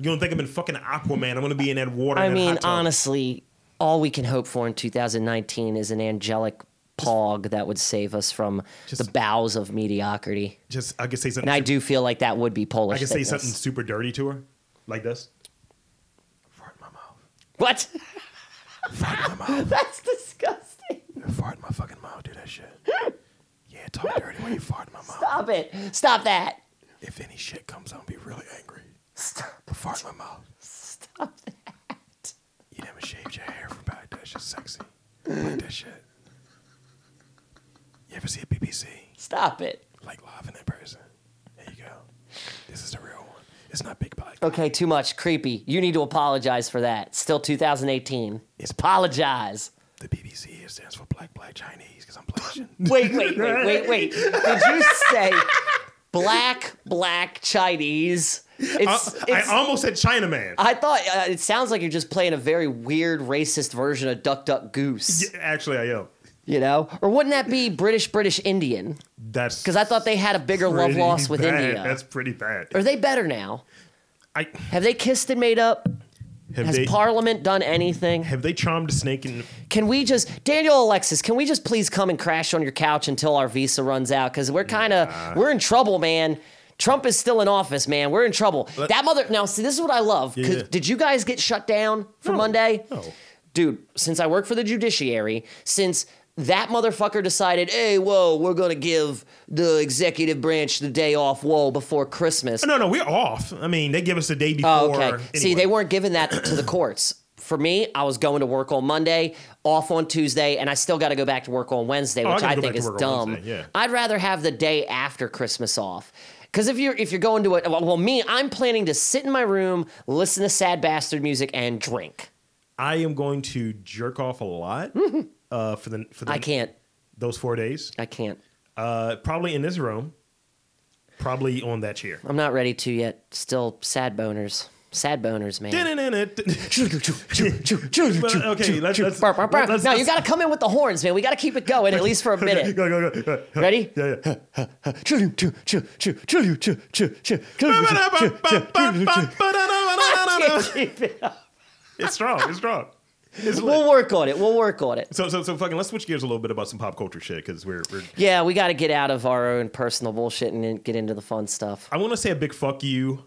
S1: don't think I'm in fucking Aquaman? I'm gonna be in that water.
S2: I
S1: in that
S2: mean,
S1: hot tub.
S2: honestly, all we can hope for in 2019 is an angelic pog that would save us from the bowels of mediocrity.
S1: just I could say something.
S2: And I do feel like that would be Polish.
S1: I could say
S2: thickness.
S1: something super dirty to her, like this. Fart in my mouth.
S2: What? That's disgusting.
S3: Fart in my fucking mouth. Do that shit. Yeah, talk dirty when you fart in my mouth.
S2: Stop it. Stop that.
S3: If any shit comes, I'll be really angry. But fart in my mouth.
S2: Stop that.
S3: You never shaved your hair from back. That shit's sexy. Like that shit. You ever see a BBC?
S2: Stop it.
S3: Like live and in person. There you go. This is the real one. It's not big body.
S2: Okay, too much. Creepy. You need to apologize for that. Still 2018.
S3: It's-
S2: Apologize.
S3: The BBC it stands for Black Black Chinese because I'm black. shit.
S2: Wait, wait, wait, wait, wait. Did you say black, black Chinese? It's,
S1: Uh, I-
S2: it's,
S1: I almost said Chinaman.
S2: I thought uh, it sounds like you're just playing a very weird racist version of Duck Duck Goose,
S1: Actually, I am.
S2: you know? Or wouldn't that be British British Indian?
S1: That's
S2: Because I thought they had a bigger love
S1: pretty
S2: loss with
S1: bad.
S2: India.
S1: That's pretty bad.
S2: Are they better now?
S1: I,
S2: Have they kissed and made up?
S1: have
S2: Has
S1: they
S2: Parliament done anything?
S1: have they charmed a snake in?
S2: Can we just, Daniel Alexis, can we just please come and crash on your couch until our visa runs out? Because we're kind of, we're in trouble, man. Trump is still in office, man. We're in trouble. that mother, now, see, this is what I love. 'cause
S3: Yeah.
S2: Did you guys get shut down for Monday?
S3: no.
S2: Dude, since I work for the judiciary, since that motherfucker decided, hey, whoa, we're going to give the executive branch the day off, whoa, before Christmas.
S1: No, no, we're off. I mean, they give us the day before.
S2: Oh, okay. See,
S1: anyway.
S2: they weren't giving that to the courts. For me, I was going to work on Monday, off on Tuesday, and I still got to go back to work on Wednesday,
S1: Oh, I
S2: which
S1: gotta
S2: I,
S1: go back
S2: think
S1: to
S2: is
S1: work on
S2: dumb.
S1: Wednesday, yeah.
S2: I'd rather have the day after Christmas off. Because if you're if you're going to a well, well, me, I'm planning to sit in my room, listen to sad bastard music, and drink.
S1: I am going to jerk off a lot uh, for the for the,
S2: Mm-hmm. I can't.
S1: those four days.
S2: I can't.
S1: Uh, probably in this room. Probably on that chair.
S2: I'm not ready to yet. Still sad boners. Sad boners, man.
S1: Well, okay, let's, let's,
S2: Burp, burp, burp.
S1: let's-
S2: No, you
S1: let's-
S2: gotta come in with the horns, man. We gotta keep it going at least for a minute.
S1: Go, go, go, go.
S2: Ready?
S1: Yeah, yeah. It's strong. It's strong. It's lit.
S2: We'll work on it. We'll work on it.
S1: So, so, so, fucking. Let's switch gears a little bit about some pop culture shit because we're, we're.
S2: Yeah, we got to get out of our own personal bullshit and then get into the fun stuff.
S1: I want to say a big fuck you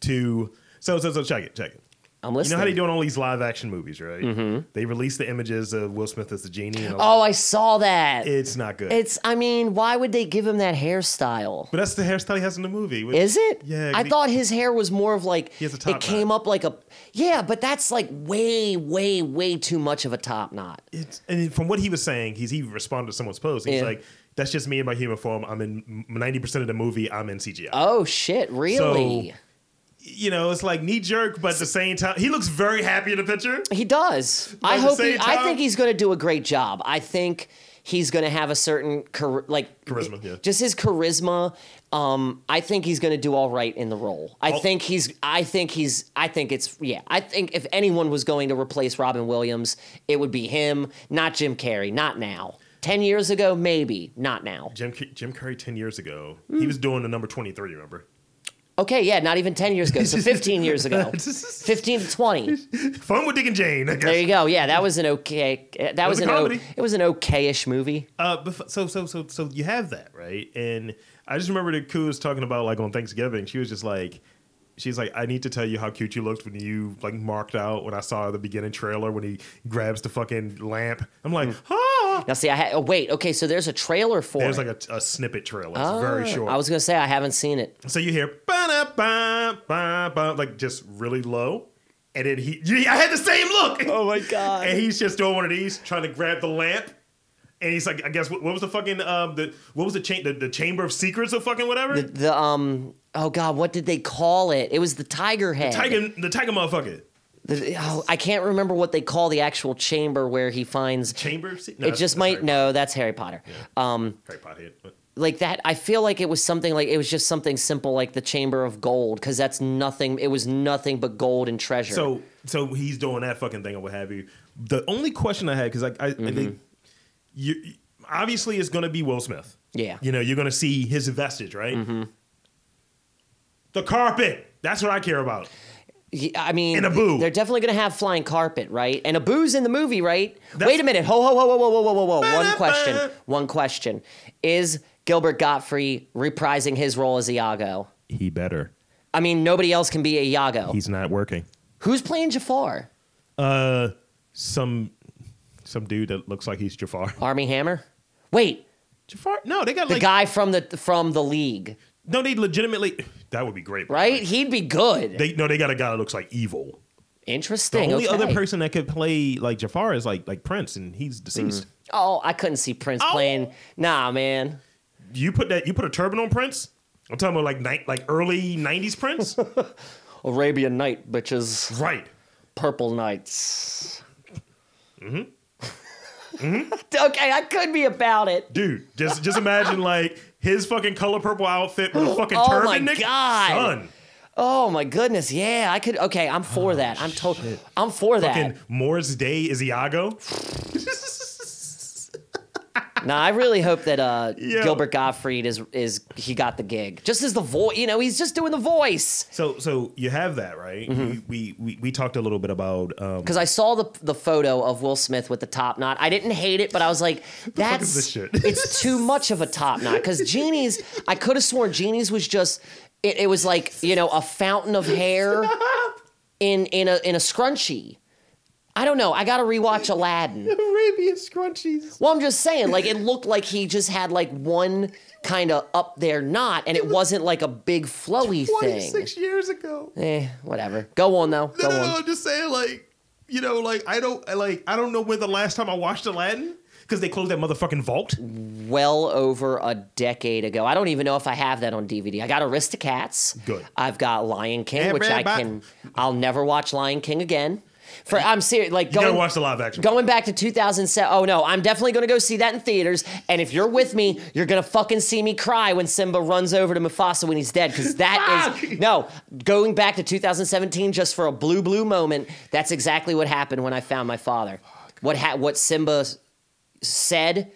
S1: to. So, so, so. Check it. Check it.
S2: I'm
S1: You
S2: listening.
S1: know how they do on all these live action movies, right? They release the images of Will Smith as the genie. And all
S2: Oh, I saw that.
S1: that. it's not good.
S2: It's. I mean, why would they give him that hairstyle?
S1: but that's the hairstyle he has in the movie. which-
S2: Is it?
S1: Yeah,
S2: I
S1: he-
S2: thought his hair was more of like
S1: has a top
S2: it came up like a yeah, but that's like way, way, way too much of a top knot.
S1: It's, and from what he was saying, he's he responded to someone's post. He's
S2: Yeah.
S1: like, "That's just me in my human form. I'm in ninety percent of the movie. I'm in CGI."
S2: Oh shit! Really?
S1: you know, it's like knee jerk, but at the same time, he looks very happy in the picture.
S2: He does. I
S1: at the
S2: hope. He,
S1: same
S2: I
S1: time-
S2: think he's going to do a great job. I think he's going to have a certain char- like
S1: Charisma, yeah.
S2: just his charisma. Um, I think he's going to do all right in the role. I
S1: Al-
S2: think he's. I think he's. I think it's. Yeah. I think if anyone was going to replace Robin Williams, it would be him, not Jim Carrey. Not now. Ten years ago, maybe. Not now.
S1: Jim Cur- Jim Curry ten years ago,
S2: Hmm.
S1: he was doing the number twenty three. Remember?
S2: Okay. Yeah. Not even ten years ago. So fifteen years ago. Fifteen to twenty.
S1: Fun with Dick and Jane. I guess.
S2: There you go. Yeah, that was an okay. That was,
S1: was a
S2: an o,
S1: comedy.
S2: it was an okayish movie.
S1: Uh, bef- so so so so you have that right, and I just remember that Koo was talking about like on Thanksgiving. She was just like, she's like, I need to tell you how cute you looked when you like marked out when I saw the beginning trailer when he grabs the fucking lamp. I'm like,
S2: Hmm.
S1: ah.
S2: Now, see, I ha- oh, wait. Okay, so there's a trailer for
S1: There's
S2: it.
S1: like a, a snippet trailer. It's very short.
S2: Ah. I was gonna say I haven't seen it.
S1: So you hear ba ba ba ba like just really low, and then he yeah, I had the same look.
S2: Oh my god!
S1: And he's just doing one of these, trying to grab the lamp, and he's like, I guess what, what was the fucking um the what was the cha- the, the chamber of secrets or fucking whatever
S2: The, the um. Oh god, what did they call it? It was the tiger head.
S1: tiger the tiger motherfucker
S2: The- oh, I can't remember what they call the actual chamber where he finds.
S1: chamber of secrets.
S2: it just might no. That's Harry Potter. Um,
S1: Harry Potter. hit, but-
S2: like that. I feel like it was something like it was just something simple like the chamber of gold because that's nothing. It was nothing but gold and treasure.
S1: So so he's doing that fucking thing or what have you. The only question I had because I, I, I
S2: Mm-hmm.
S1: think you obviously it's going to be Will Smith.
S2: Yeah. Mm-hmm.
S1: you know you're going to see his vestige, right? The carpet. That's what I care about.
S2: Yeah, I mean,
S1: And Abu.
S2: They're definitely going to have flying carpet, right? And Abu's in the movie, right?
S1: That's-
S2: Wait a minute. Ho, ho, ho, ho, ho, ho, ho, ho, ho. One
S1: Ba-da-ba.
S2: question. One question. Is Gilbert Gottfried reprising his role as Iago?
S1: He better.
S2: I mean, nobody else can be Iago.
S1: He's not working.
S2: Who's playing Jafar?
S1: Uh, some some dude that looks like he's Jafar.
S2: Army Hammer. Wait,
S1: Jafar? No, they got
S2: the
S1: like
S2: guy from the from the league,
S1: no. They legitimately that would be great,
S2: right? He'd be good.
S1: They no, they got a guy that looks like evil. The
S2: Interesting.
S1: only
S2: okay.
S1: other person that could play like Jafar is like like Prince, and he's deceased.
S2: Oh, I couldn't see Prince
S1: Oh.
S2: playing. Nah, man.
S1: You put that you put a turban on Prince. I'm talking about like ni- like early '90s Prince,
S2: Arabian Night, bitches.
S1: right?
S2: Purple Knights. Mm-hmm. okay, I could be about it.
S1: Dude, just just imagine like his fucking color purple outfit with a fucking
S2: Oh
S1: turban.
S2: my
S1: nigga.
S2: God.
S1: son,
S2: Oh my goodness, yeah, I could. Okay, I'm for that. I'm totally. I'm for that.
S1: Oh, fucking Moore's Day is Iago.
S2: Now I really hope that uh,
S1: Yeah.
S2: Gilbert Gottfried is is he got the gig just as the voice. You know, he's just doing the voice.
S1: So so you have that right.
S2: Mm-hmm.
S1: We, we we we talked a little bit about um,
S2: Because I saw the the photo of Will Smith with the top knot. I didn't hate it, but I was like,
S1: fuck
S2: that's
S1: is this shit?
S2: it's too much of a top knot. Because Genie's, I could have sworn Genie's was just it, it was like you know a fountain of hair in in a in a scrunchie. I don't know. I gotta rewatch Aladdin.
S1: Arabian scrunchies.
S2: Well, I'm just saying, like it looked like he just had like one kind of up there knot, and it wasn't like a big flowy thing.
S1: years ago.
S2: Eh, whatever. Go on
S1: No,
S2: though.
S1: no,
S2: Go
S1: no.
S2: on.
S1: I'm just saying, like, you know, like I don't, I, like, I don't know when the last time I watched Aladdin because they closed that motherfucking vault.
S2: Well over a decade ago. I don't even know if I have that on DVD. I got Aristocats.
S1: Good.
S2: I've got Lion King, which I
S1: Everybody-
S2: can. I'll never watch Lion King again. For I'm serious. Like
S1: You
S2: going.
S1: gotta watch the live action.
S2: Going back to 2007. Oh no, I'm definitely going to go see that in theaters. And if you're with me, you're going to fucking see me cry when Simba runs over to Mufasa when he's dead. Because that
S1: Fuck!
S2: is. No, going back to 2017 just for a blue, blue moment, that's exactly what happened when I found my father. What, ha- what Simba s- said,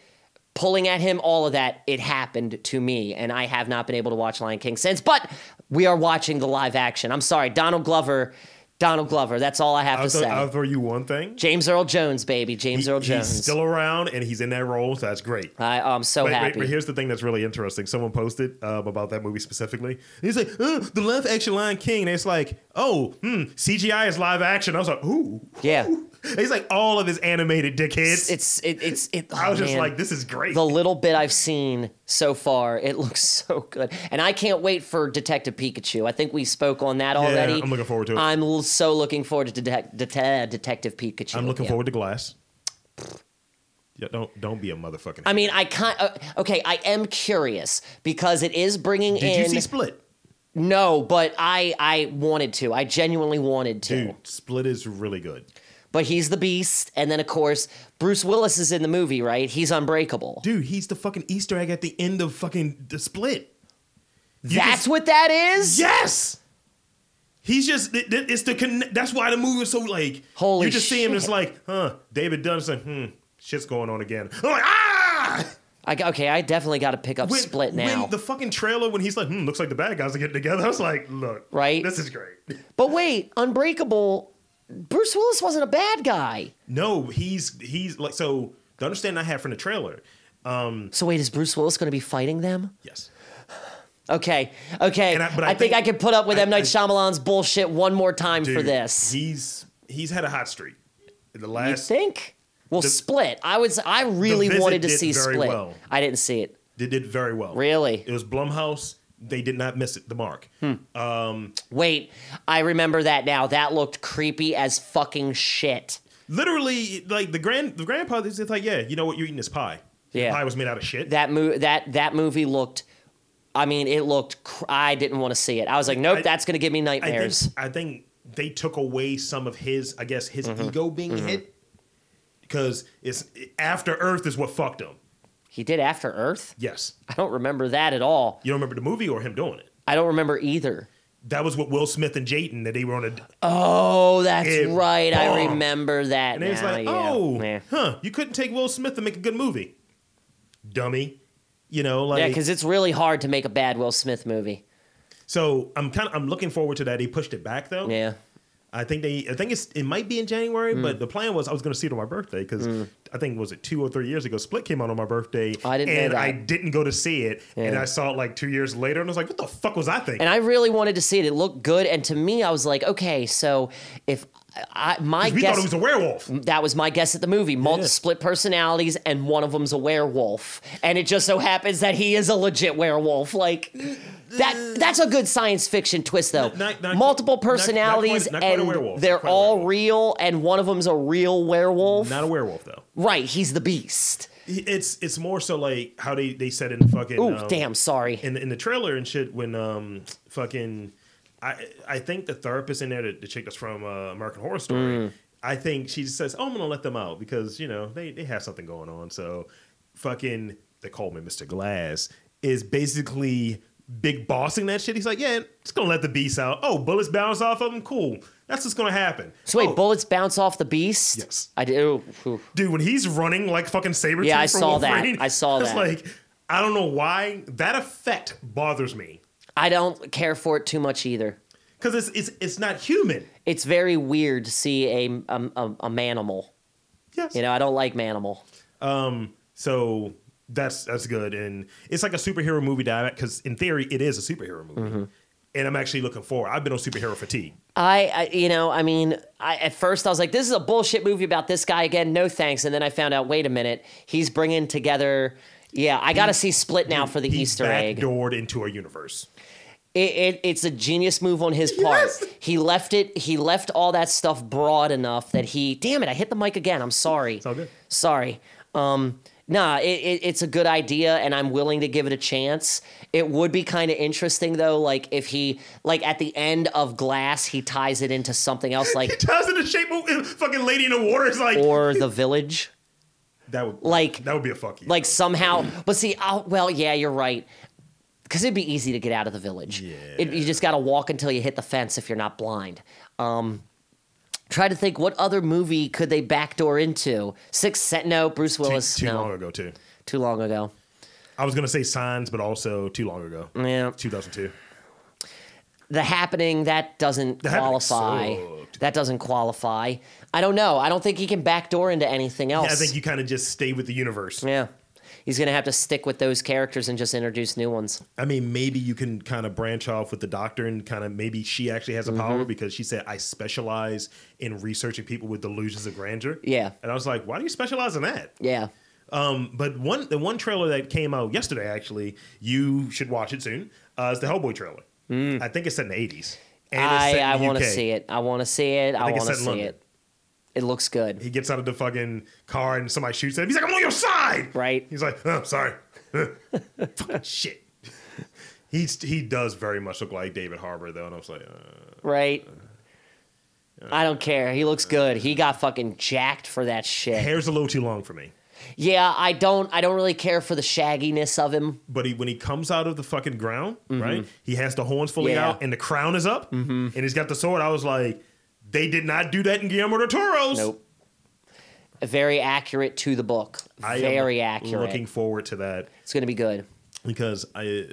S2: pulling at him, all of that, it happened to me. And I have not been able to watch Lion King since. But we are watching the live action. I'm sorry, Donald Glover. Donald Glover, that's all I have
S1: I'll,
S2: to
S1: throw,
S2: say.
S1: I'll throw you one thing.
S2: James Earl Jones, baby. James Earl
S1: He-
S2: Jones.
S1: He's still around and he's in that role, so that's great.
S2: I, I'm so
S1: But- but-
S2: happy.
S1: But, here's the thing that's really interesting. Someone posted um, about that movie specifically. And he's like, "Uh, the live action Lion King. And it's like, oh, hmm, CGI is live action. I was like, ooh.
S2: Yeah.
S1: And he's like, all of his animated dickheads.
S2: it's it, it's it.
S1: I
S2: oh,
S1: was just
S2: man.
S1: like, this is great.
S2: the little bit I've seen so far, it looks so good, and I can't wait for Detective Pikachu. I think we spoke on that already.
S1: I'm looking forward to it.
S2: I'm l- so looking forward to detec- detec- Detective Pikachu.
S1: I'm looking
S2: Yeah.
S1: forward to Glass. Yeah, don't don't be a motherfucking.
S2: I mean, I can't. Uh, okay, I am curious because it is bringing
S1: Did
S2: in.
S1: you see Split?
S2: no, but I I wanted to. I genuinely wanted to.
S1: Dude, Split is really good.
S2: But he's the beast, and then of course Bruce Willis is in the movie, right? He's unbreakable.
S1: Dude, he's the fucking Easter egg at the end of fucking the Split. You
S2: That's
S1: just-
S2: what that is.
S1: Yes. He's just it- it- it's the conne- that's why the movie is so like
S2: Holy
S1: You just see him,
S2: shit.
S1: it's like, huh? David Dunn's like, hmm, shit's going on again. I'm like, ah.
S2: I g okay, I definitely got to pick up
S1: When-
S2: Split now.
S1: When the fucking trailer when he's like, hmm, looks like the bad guys are getting together. I was like, look,
S2: Right?
S1: This is great.
S2: but wait, Unbreakable. Bruce Willis wasn't a bad guy.
S1: No, he's he's like so. The understanding I had from the trailer, um,
S2: So wait, is Bruce Willis going to be fighting them?
S1: yes.
S2: Okay, okay.
S1: And
S2: I,
S1: I- but I
S2: think,
S1: think-
S2: I could put up with
S1: I-
S2: M Night
S1: I-
S2: Shyamalan's bullshit one more time for
S1: Dude,
S2: this.
S1: He's he's had a hot streak. The
S2: you
S1: last
S2: think? Well,
S1: The-
S2: Split. I was. I really
S1: Visit
S2: wanted to
S1: did
S2: see
S1: very
S2: Split.
S1: well.
S2: I didn't see it.
S1: they did very well.
S2: Really?
S1: it was Blumhouse. They did not miss it. The mark.
S2: Wait, I remember that now. That looked creepy as fucking shit.
S1: Literally, like the grand the grandpa is just like, yeah, you know what? You're eating this pie.
S2: Yeah.
S1: pie was made out of shit.
S2: that movie that that movie looked I mean it looked cr- I didn't want to see it. I was like nope,
S1: I-
S2: that's going to give me
S1: I think
S2: nightmares.
S1: I think they took away some of his, I guess, his
S2: Mm-hmm.
S1: ego being hit because it's after Earth is what fucked him.
S2: he did After Earth?
S1: Yes,
S2: I don't remember that at all.
S1: you don't remember the movie or him doing it.
S2: I don't remember either.
S1: That was what Will Smith and Jayden that they were on a
S2: Oh, that's
S1: It
S2: right. I
S1: bombed.
S2: remember that.
S1: And they was
S2: now,
S1: like,
S2: yeah.
S1: oh,
S2: yeah.
S1: huh, you couldn't take Will Smith and make a good movie. Dummy. You know, like
S2: cuz it's really hard to make a bad Will Smith movie.
S1: so I'm kinda I'm looking forward to that. They pushed it back though.
S2: Yeah.
S1: I think they I think it's it might be in January,
S2: Mm.
S1: but the plan was I was gonna see it on my birthday because I think was it two or three years ago, Split came out on my birthday.
S2: Oh, I didn't know
S1: and
S2: that.
S1: I didn't go to see it. And
S2: Yeah.
S1: I saw it like two years later and I was like, what the fuck was I thinking?
S2: And I really wanted to see it. It looked good and to me I was like, okay, so if I, my
S1: We
S2: guess
S1: thought it was a werewolf.
S2: that was my guess at the movie. Multi split personalities, and one of them's a werewolf, and it just so happens that he is a legit werewolf. Like that. That's a good science fiction twist, though.
S1: Not- not-
S2: Multiple
S1: not- not quite-
S2: personalities,
S1: not quite a
S2: and
S1: werewolf. Not
S2: they're
S1: quite a
S2: all
S1: werewolf.
S2: real, and one of them's a real werewolf.
S1: Not a werewolf though.
S2: right? He's the beast.
S1: It's it's more so like how they they said in fucking.
S2: Ooh,
S1: um,
S2: damn! Sorry.
S1: in the, in the trailer and shit when um fucking I I think the therapist in there the, the chick that's from uh, American Horror Story
S2: Mm.
S1: I think she says oh I'm gonna let them out because you know they they have something going on so fucking they call me Mr. Glass is basically big bossing that shit he's like yeah just gonna let the beast out oh bullets bounce off of him cool that's what's gonna happen
S2: so wait,
S1: Oh,
S2: bullets bounce off the beast.
S1: Yes.
S2: I do. ooh, ooh.
S1: dude when he's running like fucking saber
S2: Yeah, I
S1: from
S2: saw that.
S1: Wolverine,
S2: I saw
S1: it's
S2: that.
S1: like I don't know why that effect bothers me
S2: I don't care for it too much either.
S1: because it's it's it's not human.
S2: It's very weird to see a um, a, a, a manimal.
S1: Yes.
S2: You know, I don't like manimal.
S1: So that's that's good, and it's like a superhero movie diet because in theory it is a superhero movie,
S2: Mm-hmm.
S1: and I'm actually looking forward. I've been on superhero fatigue.
S2: I, I you know, I mean, I, at first I was like, this is a bullshit movie about this guy again. No thanks. And then I found out, wait a minute, he's bringing together. Yeah, I got to see Split now for the
S1: He
S2: Easter egg.
S1: backdoored into a universe.
S2: It, it, it's a genius move on his part.
S1: Yes.
S2: He left it. He left all that stuff broad enough that he. Damn it! I hit the mic again. I'm sorry.
S1: all good.
S2: Sorry. Um, nah, it, it, it's a good idea, and I'm willing to give it a chance. It would be kind of interesting though, like if he, like at the end of Glass, he ties it into something else, like
S1: Does in the shape of fucking lady in the water is like
S2: or the village.
S1: that would
S2: like-
S1: that would be a fuck you.
S2: like somehow but see oh well yeah you're right because it'd be easy to get out of the village it, you just gotta walk until you hit the fence if you're not blind um try to think what other movie could they backdoor into six cent no bruce
S1: too,
S2: willis
S1: too
S2: no
S1: long ago too.
S2: too long ago
S1: I was gonna say signs, but also too long ago.
S2: yeah
S1: 2002.
S2: the happening that doesn't
S1: The Happening
S2: qualify
S1: sucked.
S2: that doesn't qualify i don't know i don't think he can backdoor into anything else
S1: I think you kind of just stay with the universe.
S2: yeah he's gonna have to stick with those characters and just introduce new ones
S1: I mean, maybe you can kind of branch off with the doctor and kind of maybe she actually has a
S2: Mm-hmm.
S1: power because she said, I specialize in researching people with delusions of grandeur.
S2: Yeah.
S1: And I was like, why do you specialize in that?
S2: yeah
S1: Um, but one, the one trailer that came out yesterday, actually, you should watch it soon, uh, is the Hellboy trailer. I think it's set in the 80s. And it's set
S2: Mm. I,
S1: in
S2: I
S1: the
S2: want to
S1: UK.
S2: see it. I want to see it. I,
S1: think it's
S2: want to
S1: set in
S2: see
S1: London.
S2: it. It looks good.
S1: He gets out of the fucking car and somebody shoots at him. He's like, I'm on your side.
S2: Right.
S1: He's like, oh, sorry. Fucking shit. He's, he does very much look like David Harbour, though. And I was like, uh.
S2: right? I don't care. He looks good. He got fucking jacked for that shit.
S1: hair's a little too long for me.
S2: Yeah, I don't. I don't really care for the shagginess of him.
S1: But he, when he comes out of the fucking ground, right? He has the horns fully
S2: Mm-hmm. Yeah. Mm-hmm.
S1: out and the crown is up, and he's got the sword. I was like, they did not do that in Guillermo del Toro's.
S2: Nope. Very accurate to the book.
S1: I am
S2: Very accurate.
S1: Looking forward to that
S2: it's gonna be good.
S1: because I,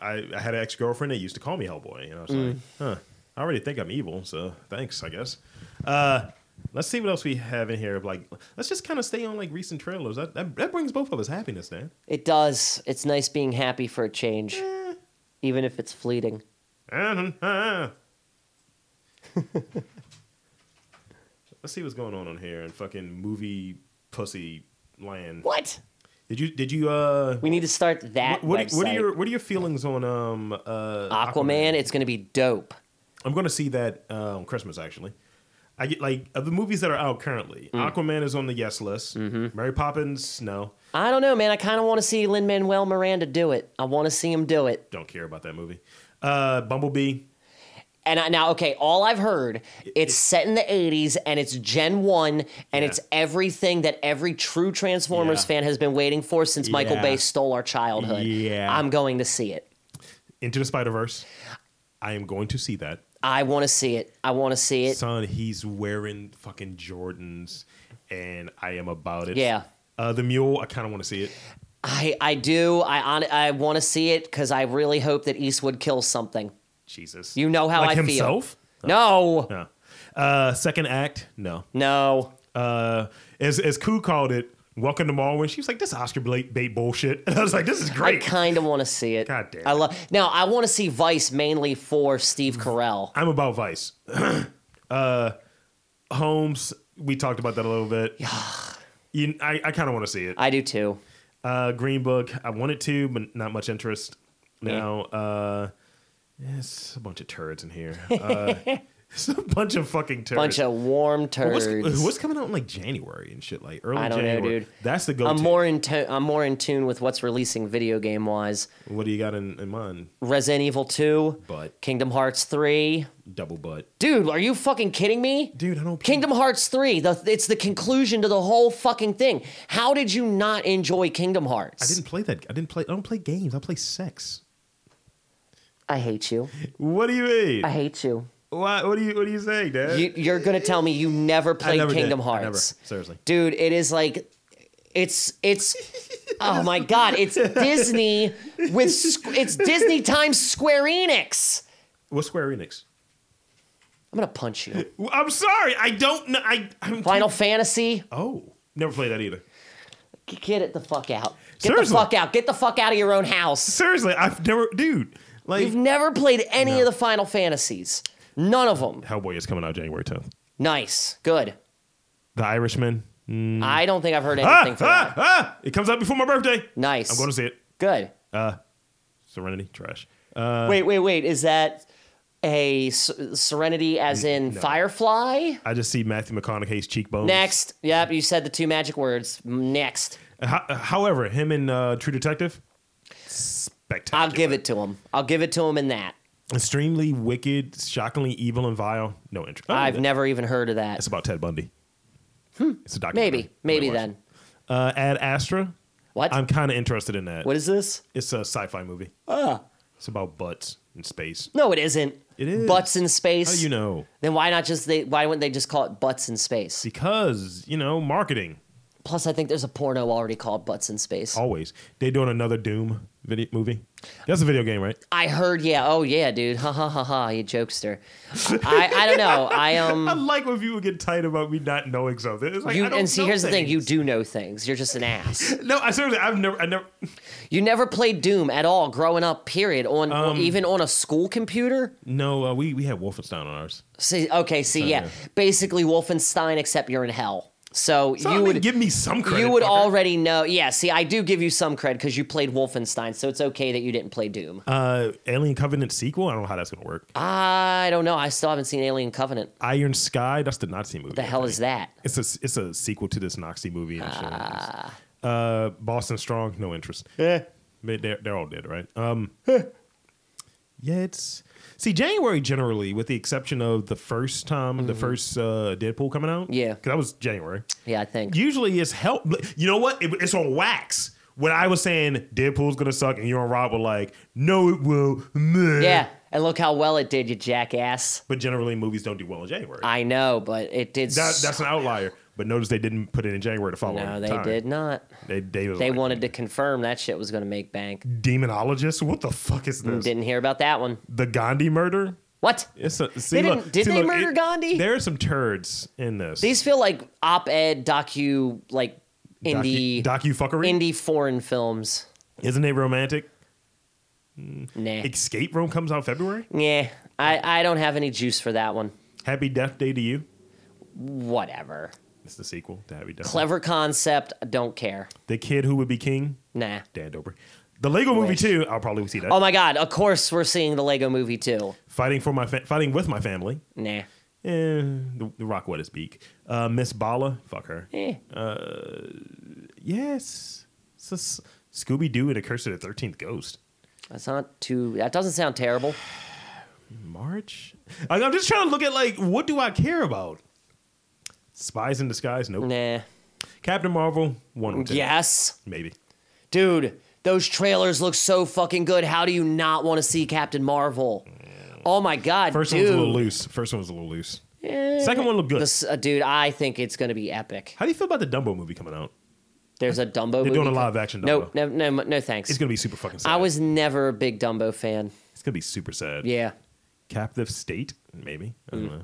S1: I, I had an ex girlfriend that used to call me Hellboy, and I was
S2: Mm.
S1: like, huh, I already think I'm evil, so thanks, I guess. Uh, let's see what else we have in here. Like, let's just kind of stay on like recent trailers. That, that that brings both of us happiness, man.
S2: It does. It's nice being happy for a change,
S1: Eh.
S2: even if it's fleeting.
S1: Let's see what's going on on here in fucking movie pussy land.
S2: What?
S1: Did you did you uh
S2: We need to start that.
S1: what what,
S2: website.
S1: what are your what are your feelings on um uh
S2: Aquaman? It's gonna be dope.
S1: I'm going to see that uh, on Christmas actually. I get like of the movies that are out currently. Aquaman is on the yes list. Mary Poppins no.
S2: I don't know, man. I kind of want to see Lin Manuel Miranda do it. I want to see him do it.
S1: Don't care about that movie. Uh Bumblebee
S2: And I, now, okay, all I've heard, it's set in the 80s and it's Gen 1 and it's everything that every true Transformers
S1: Yeah.
S2: fan has been waiting for since Michael
S1: Yeah.
S2: Bay stole our childhood.
S1: Yeah.
S2: I'm going to see it.
S1: Into the Spider-Verse. I am going to see that.
S2: I want to see it. I want to see it.
S1: son, he's wearing fucking Jordans, and I am about it.
S2: Yeah.
S1: Uh, the mule, I kind of want to see it.
S2: I, I do. I, hon- I want to see it because I really hope that Eastwood kills something.
S1: Jesus,
S2: You know how
S1: like
S2: I
S1: himself?
S2: feel. No.
S1: No. Uh, second act, no.
S2: No.
S1: Uh, as as Koo called it, Welcome to Marwin. She was like, "This Oscar bait, bait bullshit," and I was like, "This is
S2: I
S1: great."
S2: kind of want to see it.
S1: God damn
S2: I
S1: it.
S2: love now. I want to see Vice mainly for Steve Carell.
S1: I'm about Vice. uh,
S3: Holmes, we talked about that a little bit. You, I, I kind of want to see it.
S2: I do too.
S3: Uh, Green Book, I wanted to, but not much interest
S2: Yeah.
S3: now. Uh, yeah, it's a bunch of turds in here. Uh, it's a bunch of fucking turds.
S2: Bunch of warm
S3: But what's,
S2: turds.
S3: what's coming out in like January and shit, like early
S2: I don't know,
S3: January?
S2: dude.
S3: That's the go-to.
S2: I'm more in tu- I'm more in tune with what's releasing video game wise.
S3: what do you got in, in mind?
S2: Resident Evil 2,
S3: Butt.
S2: Kingdom Hearts 3.
S3: Double butt.
S2: Dude, are you fucking kidding me?
S3: Dude, I don't.
S2: Kingdom Hearts 3, the, it's the conclusion to the whole fucking thing. How did you not enjoy Kingdom Hearts?
S3: I didn't play that. I didn't play. I don't play games. I play sex.
S2: I hate you.
S3: What do you mean?
S2: I hate you.
S3: Why, what do you What do you saying, Dad?
S2: you you're going to tell me you never
S3: I
S2: played
S3: never did.
S2: Kingdom
S3: I never.
S2: Hearts.
S3: Seriously.
S2: Dude, it is like it's it's oh my god, it's Disney with squ- it's Disney times Square Enix.
S3: What's Square Enix?
S2: I'm going to punch you.
S3: Well, I'm sorry. I don't know. I. I'm
S2: Final Fantasy,
S3: Oh, never played that either.
S2: get it the fuck out. Get the
S3: Seriously.
S2: fuck out. Get the fuck out of your own house.
S3: Seriously, I've never, dude. Like
S2: You've never played any
S3: No.
S2: of the Final Fantasies. None of them.
S3: Hellboy is coming out January 10th.
S2: Nice. Good.
S3: The Irishman. Mm.
S2: I don't think I've heard anything
S3: Ah,
S2: from
S3: ah,
S2: that.
S3: ah! It comes out before my birthday.
S2: Nice.
S3: I'm going to see it.
S2: Good.
S3: Serenity, trash. Uh,
S2: wait, wait, wait. Is that a S- Serenity as in
S3: no.
S2: Firefly?
S3: I just see Matthew McConaughey's cheekbones.
S2: Next. Yep, you said the two magic words. Next.
S3: Ho- however, him and uh, True Detective.
S2: I'll
S3: Spectacular.
S2: give it to him. I'll give it to him in that.
S3: Extremely wicked, shockingly evil and vile. No interest. Oh,
S2: I've never even heard of that.
S3: It's about Ted Bundy. It's a documentary.
S2: Maybe. Maybe
S3: Watch it.
S2: then.
S3: Uh, Ad Astra.
S2: What?
S3: I'm kind of interested in that.
S2: what is this?
S3: It's a sci-fi movie.
S2: Ah.
S3: It's about butts in space.
S2: No, it isn't.
S3: It is.
S2: Butts in
S3: How
S2: space.
S3: you know?
S2: Then why not just they why wouldn't they just call it butts in space?
S3: Because you know marketing
S2: Plus I think there's a porno already called Butts in Space.
S3: always. They doing another Doom video movie. That's a video game, right?
S2: I heard yeah, oh yeah, dude. Ha ha ha ha, you jokester. I, I don't know. I um
S3: I like when people get tight about me not knowing something. It's like,
S2: you
S3: I don't
S2: and see
S3: know
S2: here's the thing, you
S3: things.
S2: do know things. You're just an ass.
S3: no, I seriously, I've never, I never.
S2: You never played Doom at all growing up, period. On
S3: Um,
S2: on- even on a school computer.
S3: No, uh, we we had Wolfenstein on ours.
S2: See okay, see yeah.
S3: yeah.
S2: Basically Wolfenstein except you're in hell. So,
S3: So, I
S2: you
S3: mean,
S2: would
S3: give me some credit.
S2: you would
S3: fucker.
S2: already know. Yeah, see, I do give you some cred because you played Wolfenstein, so it's okay that you didn't play Doom.
S3: uh, Alien Covenant sequel. I don't know how that's gonna work.
S2: I don't know. I still haven't seen Alien Covenant. What
S3: Iron Sky. That's the Nazi movie.
S2: the hell is that?
S3: It's a it's a sequel to this Nazi movie. And shit.
S2: Ah.
S3: Uh, Boston Strong, no interest.
S2: Eh.
S3: Yeah, they're they're all dead, right? Um, yeah, it's see January generally, with the exception of the first time the first uh, Deadpool coming out.
S2: Mm-hmm. Yeah.
S3: 'Cause that was January.
S2: Yeah, I think.
S3: Usually it's help. You know what? It- it's on wax. When I was saying Deadpool's gonna suck, and you and Rob were like, "No, it will." Meh."
S2: yeah, and look how well it did, you jackass.
S3: But generally, movies don't do well in January.
S2: I know, but it did.
S3: that,
S2: s-
S3: that's an outlier. But notice they didn't put it in January to follow.
S2: no, they did not.
S3: They they, was
S2: They
S3: like,
S2: wanted to confirm that shit was going to make bank.
S3: demonologist. What the fuck is this?
S2: Didn't hear about that one.
S3: the Gandhi murder.
S2: What?
S3: It's a, see,
S2: They
S3: look,
S2: didn't- did
S3: see,
S2: they
S3: look,
S2: murder
S3: it-
S2: Gandhi?
S3: There are some turds in this.
S2: These feel like op-ed docu, like indie,
S3: docu fuckery.
S2: indie foreign films.
S3: Isn't it romantic?
S2: Nah.
S3: Escape Room comes out February.
S2: yeah, I, I don't have any juice for that one.
S3: Happy Death Day to you.
S2: Whatever.
S3: It's the sequel to Happy Death. Day.
S2: Clever concept. Don't care.
S3: The kid who would be king.
S2: Nah.
S3: Dan Dobrik. The Lego movie
S2: Wish.
S3: too. I'll probably see that.
S2: Oh my god, of course we're seeing the Lego movie too.
S3: fighting for my fa- fighting with my family.
S2: Nah.
S3: Eh, the, the Rock wet his beak. Uh, Miss Bala. Fuck her.
S2: Eh.
S3: Yes. It's a s- Scooby Doo and a Curse of the Thirteenth Ghost.
S2: That's not too that doesn't sound terrible.
S3: March. Like, I'm just trying to look at like what do I care about? Spies in disguise. Nope.
S2: Nah.
S3: Captain Marvel. One. of them.
S2: Yes.
S3: Maybe.
S2: Dude, those trailers look so fucking good. How do you not want to see Captain Marvel? Oh my god,
S3: First one
S2: dude.
S3: was a little loose. First one was a little loose.
S2: Eh.
S3: Second one looked good.
S2: This- uh, dude, I think it's gonna be epic.
S3: How do you feel about the Dumbo movie coming out?
S2: There's a Dumbo. They're movie
S3: doing a live action
S2: No,
S3: Dumbo.
S2: no, no, no, thanks.
S3: It's gonna be super fucking sad.
S2: I was never a big Dumbo fan.
S3: It's gonna be super sad.
S2: Yeah, Mm.
S3: Captive State. Maybe. I don't know.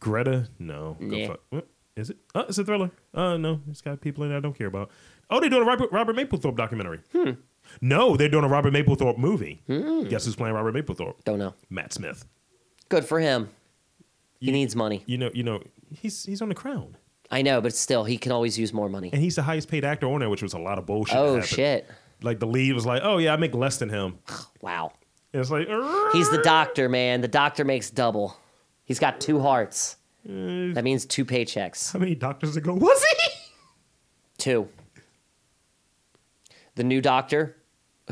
S3: Greta. No. Go
S2: Yeah.
S3: fuck- what? Is it? Oh, it's a thriller. Oh no, it's got people in it I don't care about. Oh, they're doing a Robert, Robert Mapplethorpe documentary. Hmm. No, they're doing a Robert Mapplethorpe
S2: Hmm.
S3: movie. Guess who's playing Robert Mapplethorpe?
S2: don't know.
S3: Matt Smith.
S2: Good for him. He needs money.
S1: You know, you know, he's he's on the crown.
S2: I know, but still, he can always use more money.
S1: And he's the highest paid actor on there, which was a lot of bullshit. that
S2: Oh
S1: happened.
S2: shit!
S1: Like the lead was like, Oh yeah, I make less than him.
S2: Wow.
S1: And it's like
S2: He's the doctor, man. The doctor makes double. He's got two hearts.
S1: "Uh,
S2: That means two paychecks.
S1: How many doctors ago was he?
S2: Two. The new doctor,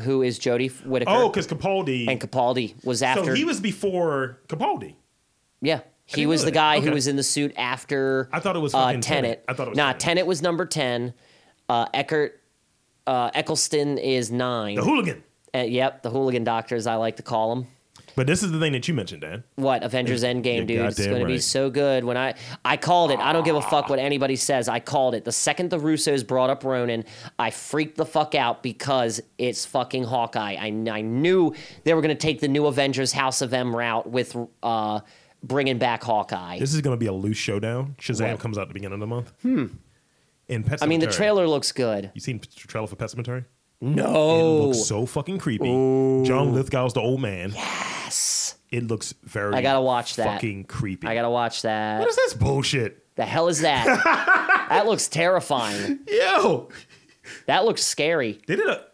S2: who is Jodie Whittaker
S1: Oh, because Capaldi.
S2: and Capaldi, was after.
S1: So he was before Capaldi.
S2: yeah, he
S1: didn't
S2: was
S1: know
S2: the
S1: that.
S2: guy who
S1: Okay.
S2: was in the suit after.
S1: I thought it was
S2: uh,
S1: fucking
S2: Tenet.
S1: Tenet. I thought it was
S2: nah.
S1: Tenet.
S2: Tenet was number ten. Uh, Eckert uh, Eccleston is nine.
S1: The hooligan.
S2: Uh, yep, the hooligan doctor, as I like to call him.
S1: But this is the thing that you mentioned, Dan.
S2: What Avengers Endgame,
S1: You're
S2: dude? It's
S1: goddamn
S2: going to be
S1: right.
S2: so good. When I I called it, I don't give a fuck what anybody says. I called it. The second the Russos brought up Ronan, I freaked the fuck out because it's fucking Hawkeye. I I knew they were going to take the new Avengers House of M route with uh bringing back Hawkeye.
S1: This is going to be a loose showdown. Shazam
S2: Well-
S1: comes out at the beginning of the month. Hmm. In Pet
S2: I mean, the
S1: Sematary.
S2: trailer looks good.
S1: You seen the trailer for Pet Cemetery? It
S2: No,
S1: looks so fucking creepy. John Lithgow's the old man.
S2: yes,
S1: It looks very.
S2: I gotta watch that.
S1: Fucking creepy.
S2: I gotta watch that.
S1: What is this bullshit?
S2: the hell is that? that looks terrifying.
S1: Yo,
S2: That looks scary.
S1: they did a.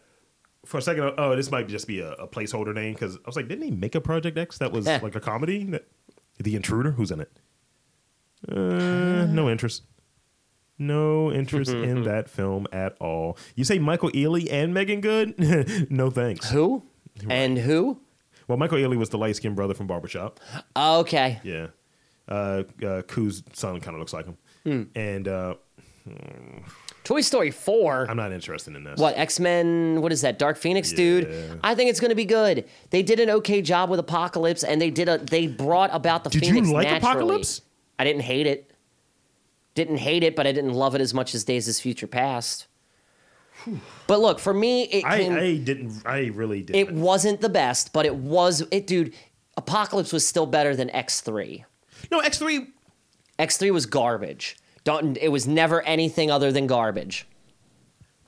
S1: For a second, oh, this might just be a, a placeholder name because I was like, didn't he make a Project X that was
S2: Yeah.
S1: like a comedy? That, the Intruder, who's in it? Uh, no interest. No interest in that film at all. You say Michael Ealy and Megan Good? no thanks.
S2: Who and who? Oh,
S1: Well, Michael Ealy was the light skinned brother from Barbershop.
S2: Okay.
S1: Yeah. Uh, uh, Koo's son kind of looks like him.
S2: Hmm.
S1: And uh,
S2: Toy Story 4.
S1: I'm not interested in this.
S2: what, X Men? What is that? Dark Phoenix,
S1: Yeah.
S2: dude? I think it's going to be good. They did an okay job with Apocalypse and they did a they brought about the
S1: Did you
S2: Phoenix
S1: like
S2: naturally.
S1: Apocalypse?
S2: I didn't hate it. Didn't hate it, but I didn't love it as much as Days of Future Past. But look, for me, it
S1: I,
S2: can,
S1: I didn't. I really didn't.
S2: it wasn't the best, but it was it dude, Apocalypse was still better than X3.
S1: no, X3.
S2: X3 was garbage. Don't it was never anything other than garbage.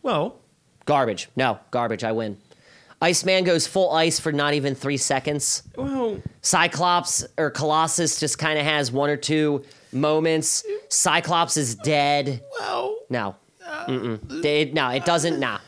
S1: Well,
S2: Garbage. No, garbage. I win. Iceman goes full ice for not even three seconds.
S1: well,
S2: Cyclops or Colossus just kind of has one or two moments. Cyclops is dead.
S1: well.
S2: No. Mm-mm. They- no, it doesn't. Nah.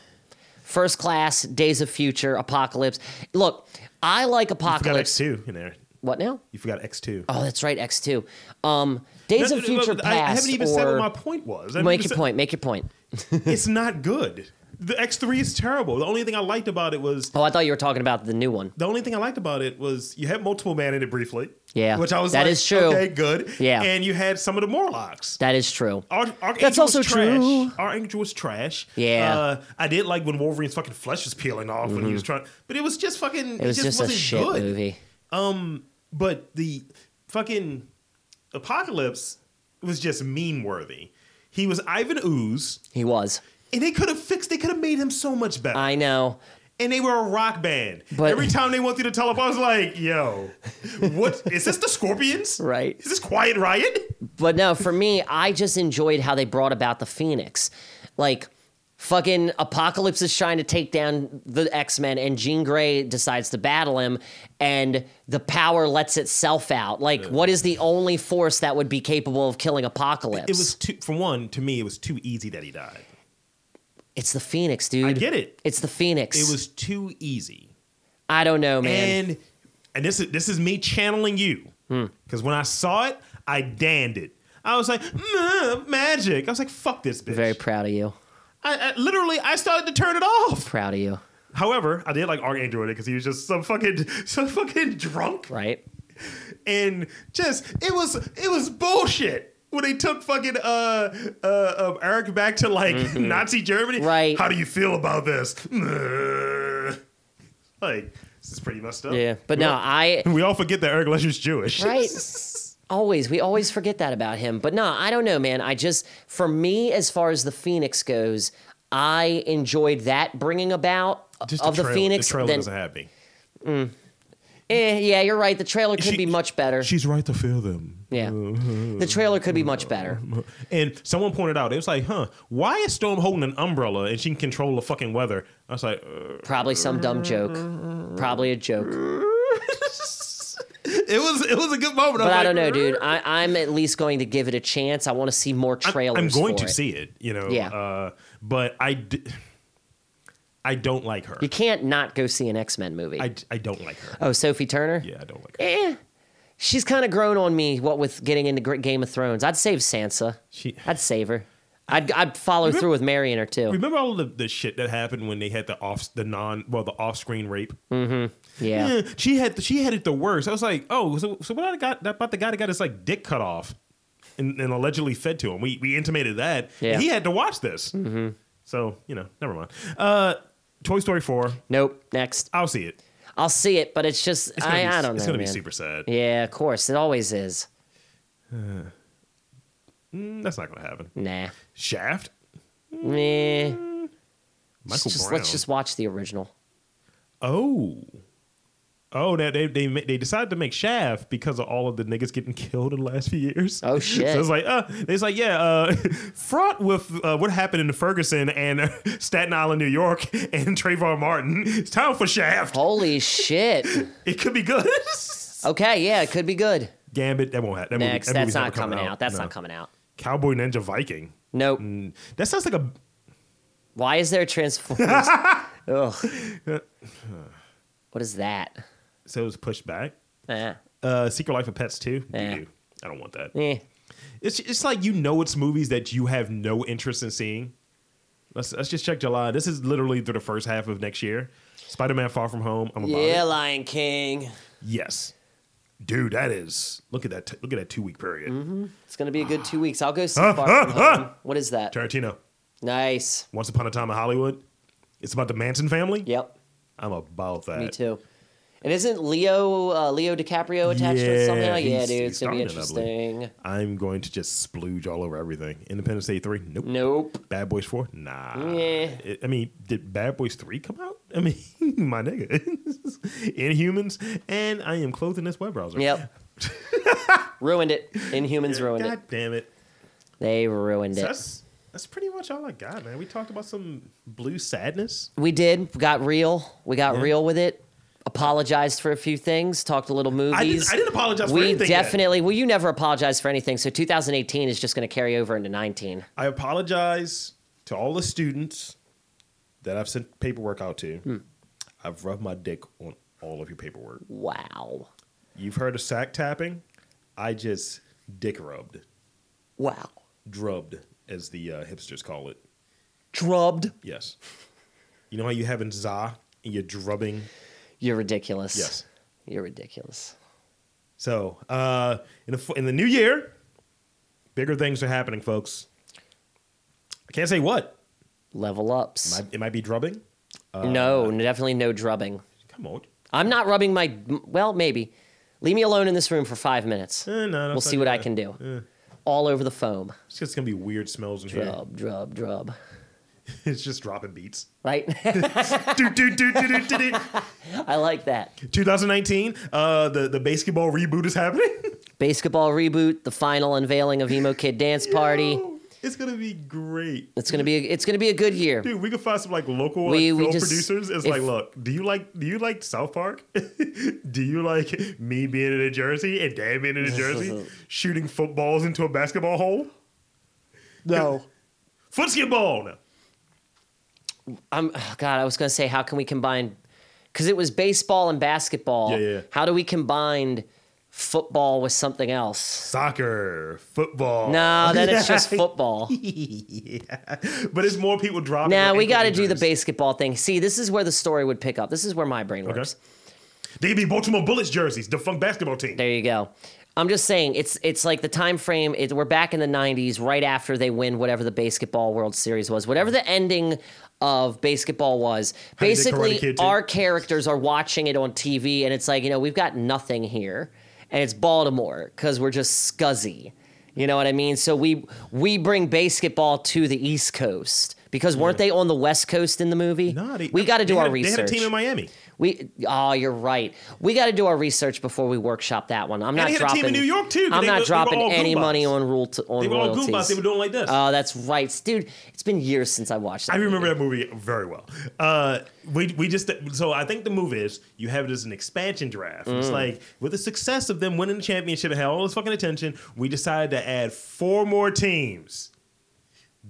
S2: First class, Days of Future, Apocalypse. Look, I like
S1: You forgot
S2: Apocalypse.
S1: X2 in there.
S2: What now?
S1: You forgot X2.
S2: Oh, that's right, X2. Um, Days
S1: No,
S2: of
S1: no, no,
S2: Future
S1: but
S2: Past.
S1: I, I haven't even said
S2: or-
S1: what my point was. I
S2: Make
S1: haven't even
S2: your point. Make your point.
S1: said- It's not good. The X3 is terrible. The only thing I liked about it was
S2: Oh, I thought you were talking about the new one.
S1: the only thing I liked about it was you had multiple man in it briefly.
S2: Yeah,
S1: which I was
S2: that
S1: like,
S2: is true.
S1: Okay, good.
S2: Yeah.
S1: and you had some of the Morlocks.
S2: That is true.
S1: Ar- Archangel
S2: That's also
S1: was trash.
S2: true.
S1: Archangel was trash.
S2: Yeah.
S1: uh, I did like when Wolverine's fucking flesh was peeling off when he was trying, but it was just fucking.
S2: Mm-hmm. It was
S1: just,
S2: just, a
S1: wasn't
S2: shit
S1: good.
S2: movie.
S1: But the fucking apocalypse was just meme worthy. He was Ivan Ooze,
S2: He was.
S1: and they could have fixed. They could have made him so much better.
S2: I know.
S1: and they were a rock band.
S2: But-
S1: Every time they went through the teleport, I was like, "Yo, what is this? The Scorpions?
S2: Right.
S1: Is this Quiet Riot?
S2: But no, for me, I just enjoyed how they brought about the Phoenix. Like, fucking Apocalypse is trying to take down the X Men, and Jean Grey decides to battle him, and the power lets itself out. Like, what is the only force that would be capable of killing Apocalypse?
S1: It was too. For one, to me, it was too easy that he died.
S2: It's the Phoenix, dude.
S1: I get it.
S2: It's the Phoenix.
S1: It was too easy.
S2: I don't know, man.
S1: And and this is this is me channeling you
S2: Hmm.
S1: because when I saw it, I danned it. I was like, "Mm, magic. I was like, fuck this bitch.
S2: Very proud of you.
S1: I, I literally I started to turn it off.
S2: Proud of you.
S1: However, I did like Archangel in it because he was just some fucking some fucking drunk
S2: Right?
S1: and just it was it was bullshit when they took fucking uh uh, uh Eric back to like Nazi Germany.
S2: Mm-hmm. Right.
S1: How do you feel about this? like this is pretty messed up.
S2: Yeah. But no, I.
S1: We all forget that Eric Lesher's Jewish.
S2: Right. always. We always forget that about him. But nah, I don't know, man. I just, for me, as far as the Phoenix goes, I enjoyed that bringing about
S1: Just
S2: of the,
S1: trail-
S2: Phoenix.
S1: The trailer
S2: then-
S1: doesn't have me.
S2: eh, yeah, you're right. The trailer could
S1: She-
S2: be much better.
S1: She's right to feel them.
S2: yeah. The trailer could be much better.
S1: And someone pointed out, it was like, huh, why is Storm holding an umbrella and she can control the fucking weather? I was like, uh,
S2: Probably some dumb joke. Probably a joke.
S1: It was it was a good moment.
S2: But I don't know, dude. I, I'm at least going to give it a chance. I want to see more trailers.
S1: I'm going
S2: for
S1: to
S2: it.
S1: see it, you know.
S2: Yeah.
S1: Uh, but I, d- I don't like her.
S2: You can't not go see an X Men movie.
S1: I, d- I don't like her.
S2: oh, Sophie Turner.
S1: Yeah, I don't like her.
S2: Eh, she's kind of grown on me. What with getting into Gr- Game of Thrones, I'd save Sansa.
S1: She-
S2: I'd save her. I'd, I'd follow through with marrying her too.
S1: Remember all the, the shit that happened when they had the off the non well the off screen rape.
S2: yeah.
S1: Eh, she had she had it the worst. I was like, oh, so, so what I got about the guy that got his like dick cut off and, and allegedly fed to him. We we intimated that.
S2: Yeah. Mm-hmm.
S1: And he had to watch this. So you know, never mind. Uh, Toy Story four.
S2: Nope. Next,
S1: I'll see it.
S2: I'll see it, but it's just
S1: It's gonna
S2: I,
S1: be,
S2: I don't know.
S1: It's gonna
S2: man.
S1: be super sad.
S2: Yeah, of course it always is.
S1: Mm, that's not gonna happen.
S2: Nah.
S1: Shaft.
S2: Meh. Let's
S1: Michael
S2: just-
S1: Mm, Brown.
S2: let's just watch the original.
S1: Oh. Oh, that they they ma- they decided to make Shaft because of all of the niggas getting killed in the last few years.
S2: Oh, shit.
S1: So it's like, uh, it's like, yeah, uh, fraught with uh, what happened in Ferguson and Staten Island, New York, and Trayvon Martin. It's time for Shaft.
S2: Holy shit.
S1: It could be good.
S2: Okay, yeah, it could be good.
S1: Gambit, that won't happen. That movie-
S2: Next,
S1: that
S2: that's
S1: movie's never
S2: not coming out. That's
S1: No.
S2: not coming out.
S1: Cowboy Ninja Viking.
S2: Nope.
S1: Mm, That sounds like a
S2: Why is there a Transformers? Ugh. What is that?
S1: so it was pushed back.
S2: Eh.
S1: Uh, Secret Life of Pets too.
S2: Yeah.
S1: I don't want that.
S2: Eh.
S1: It's it's like you know it's movies that you have no interest in seeing. Let's let's just check July. This is literally through the first half of next year. Spider Man Far From Home. I'm about
S2: Yeah,
S1: it.
S2: Lion King.
S1: Yes, dude, that is. Look at that. T- look at that two week period.
S2: It's gonna be a good two weeks. I'll go see Far From Home. What is that?
S1: Tarantino.
S2: Nice.
S1: Once upon a time in Hollywood. It's about the Manson family.
S2: Yep.
S1: I'm about that.
S2: Me too. And isn't Leo uh, Leo DiCaprio attached to it
S1: Yeah,
S2: somehow? Yeah,
S1: he's-
S2: dude,
S1: he's
S2: it's gonna be
S1: starting it, I
S2: interesting.
S1: I'm going to just splooge all over everything. Independence Day three. Nope.
S2: Nope.
S1: Bad Boys four. Nah.
S2: Mm. Yeah.
S1: It- I mean, did Bad Boys three come out? I mean, my nigga. Inhumans, and I am closing this web browser.
S2: Yep. ruined it. Inhumans ruined it.
S1: God damn it.
S2: They ruined
S1: So
S2: it.
S1: that's that's pretty much all I got, man. We talked about some blue sadness.
S2: We did. Got real. We got
S1: Yeah.
S2: real with it. Apologized for a few things. Talked a little movies.
S1: I didn't, I didn't apologize for
S2: we
S1: anything. yet.
S2: definitely. Well, you never apologize for anything. So 2018 is just going to carry over into 19.
S1: I apologize to all the students that I've sent paperwork out to. I've rubbed my dick on all of your paperwork.
S2: Wow.
S1: You've heard of sack tapping. I just dick rubbed,
S2: Wow.
S1: drubbed, as the uh, hipsters call it.
S2: Drubbed.
S1: Yes. You know how you having za and you're drubbing?
S2: You're ridiculous.
S1: Yes.
S2: You're ridiculous.
S1: So, uh, in the f- in the new year, bigger things are happening, folks. I can't say what.
S2: Level ups.
S1: Might- It might be drubbing.
S2: no, definitely no drubbing.
S1: Come on.
S2: I'm not rubbing my. Well, maybe. Leave me alone in this room for five minutes.
S1: Eh, no,
S2: we'll see what I can do.
S1: Eh.
S2: All over the foam.
S1: It's just gonna be weird smells in here.
S2: Drub, drub, drub.
S1: It's just dropping beats.
S2: Right?
S1: do, do, do, do, do, do, do.
S2: I like that.
S1: 2019. Uh, the the basketball reboot is happening.
S2: Basketball reboot, the final unveiling of Emo Kid Dance Party.
S1: Yo, It's gonna be great.
S2: It's gonna be a, it's gonna be a good year.
S1: Dude, we could find some like local like,
S2: We- we
S1: film
S2: just-
S1: producers. It's
S2: if-
S1: like, look, do you like do you like South Park? do you like me being in New Jersey and Dan being in New Jersey shooting footballs into a basketball hole?
S2: No.
S1: Footsketball. No.
S2: I'm oh, God, I was gonna say how can we combine because it was baseball and basketball.
S1: Yeah, yeah.
S2: How do we combine football with something else?
S1: Soccer, football.
S2: No, then it's just football.
S1: yeah. But it's more people dropping.
S2: Now
S1: like,
S2: we
S1: ankle
S2: got to do the
S1: injuries.
S2: basketball thing. See, this is where the story would pick up. This is where my brain works.
S1: They could be Baltimore Bullets jerseys, defunct basketball team.
S2: There you go. I'm just saying it's it's like the time frame. It, we're back in the '90s, right after they win whatever the basketball World Series was, whatever the ending of basketball was.
S1: did Karate
S2: Basically,
S1: Kid too.
S2: our characters are watching it on TV, and it's like you know we've got nothing here, and it's Baltimore because we're just scuzzy. You know what I mean? So we we bring basketball to the East Coast because weren't they on the West Coast in the movie?
S1: No, they-
S2: we got to do
S1: e they had
S2: our
S1: a-
S2: research.
S1: They had a team in Miami.
S2: We oh, you're right. We got to do our research before we workshop that one. I'm not
S1: he had a team
S2: dropping
S1: in New York, too, 'cause
S2: I'm
S1: they
S2: not
S1: were- they were
S2: dropping
S1: all
S2: any
S1: Goombas.
S2: money on rule to, on
S1: They were all
S2: royalties.
S1: Goombas. They were doing like this.
S2: Oh, that's right, dude. It's been years since I watched. That
S1: I remember
S2: movie.
S1: that movie very well. Uh, we we just so I think the move is you have it as an expansion draft. It's
S2: Mm.
S1: like with the success of them winning the championship and had all this fucking attention, we decided to add four more teams.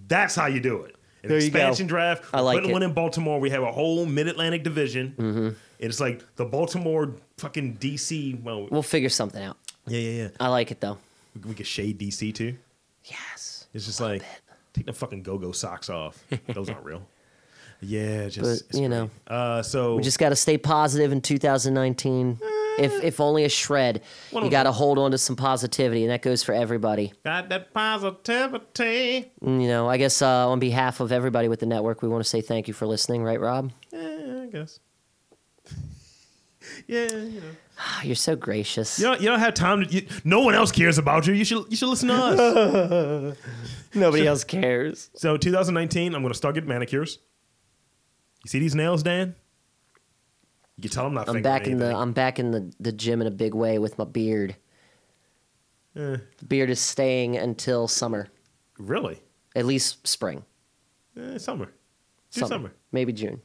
S1: That's how you do it. An
S2: There you go.
S1: expansion draft.
S2: I like
S1: Putting
S2: it. Mm-hmm.
S1: one in Baltimore. We have a whole Mid Atlantic division. And it's like the Baltimore fucking DC. Well,
S2: We'll figure something out.
S1: yeah, yeah, yeah.
S2: I like it though.
S1: We could shade DC too.
S2: Yes.
S1: It's just like take the fucking go go socks off. Those aren't real. Yeah, just
S2: But, you know.
S1: great. Uh, so
S2: We just got to stay positive in 2019. If if only a shred.
S1: Eh. One
S2: You
S1: of
S2: got to hold on to some positivity, and that goes for everybody.
S1: got that positivity.
S2: And, You know, I guess uh, on behalf of everybody with the network, we want to say thank you for listening, right, Rob?
S1: Yeah, I guess. yeah, you know.
S2: Ah, you're so gracious.
S1: You don't, you don't have time to. You, no one else cares about you. You should you should listen to us.
S2: Nobody else cares.
S1: so 2019, I'm gonna start getting manicures. You see these nails, Dan? You can tell I'm not.
S2: I'm
S1: fingering
S2: back in the
S1: anything.
S2: I'm back in the, the gym in a big way with my beard.
S1: Eh,
S2: The beard is staying until summer,
S1: really?
S2: at least spring,
S1: Eh, summer. Do summer.
S2: maybe June.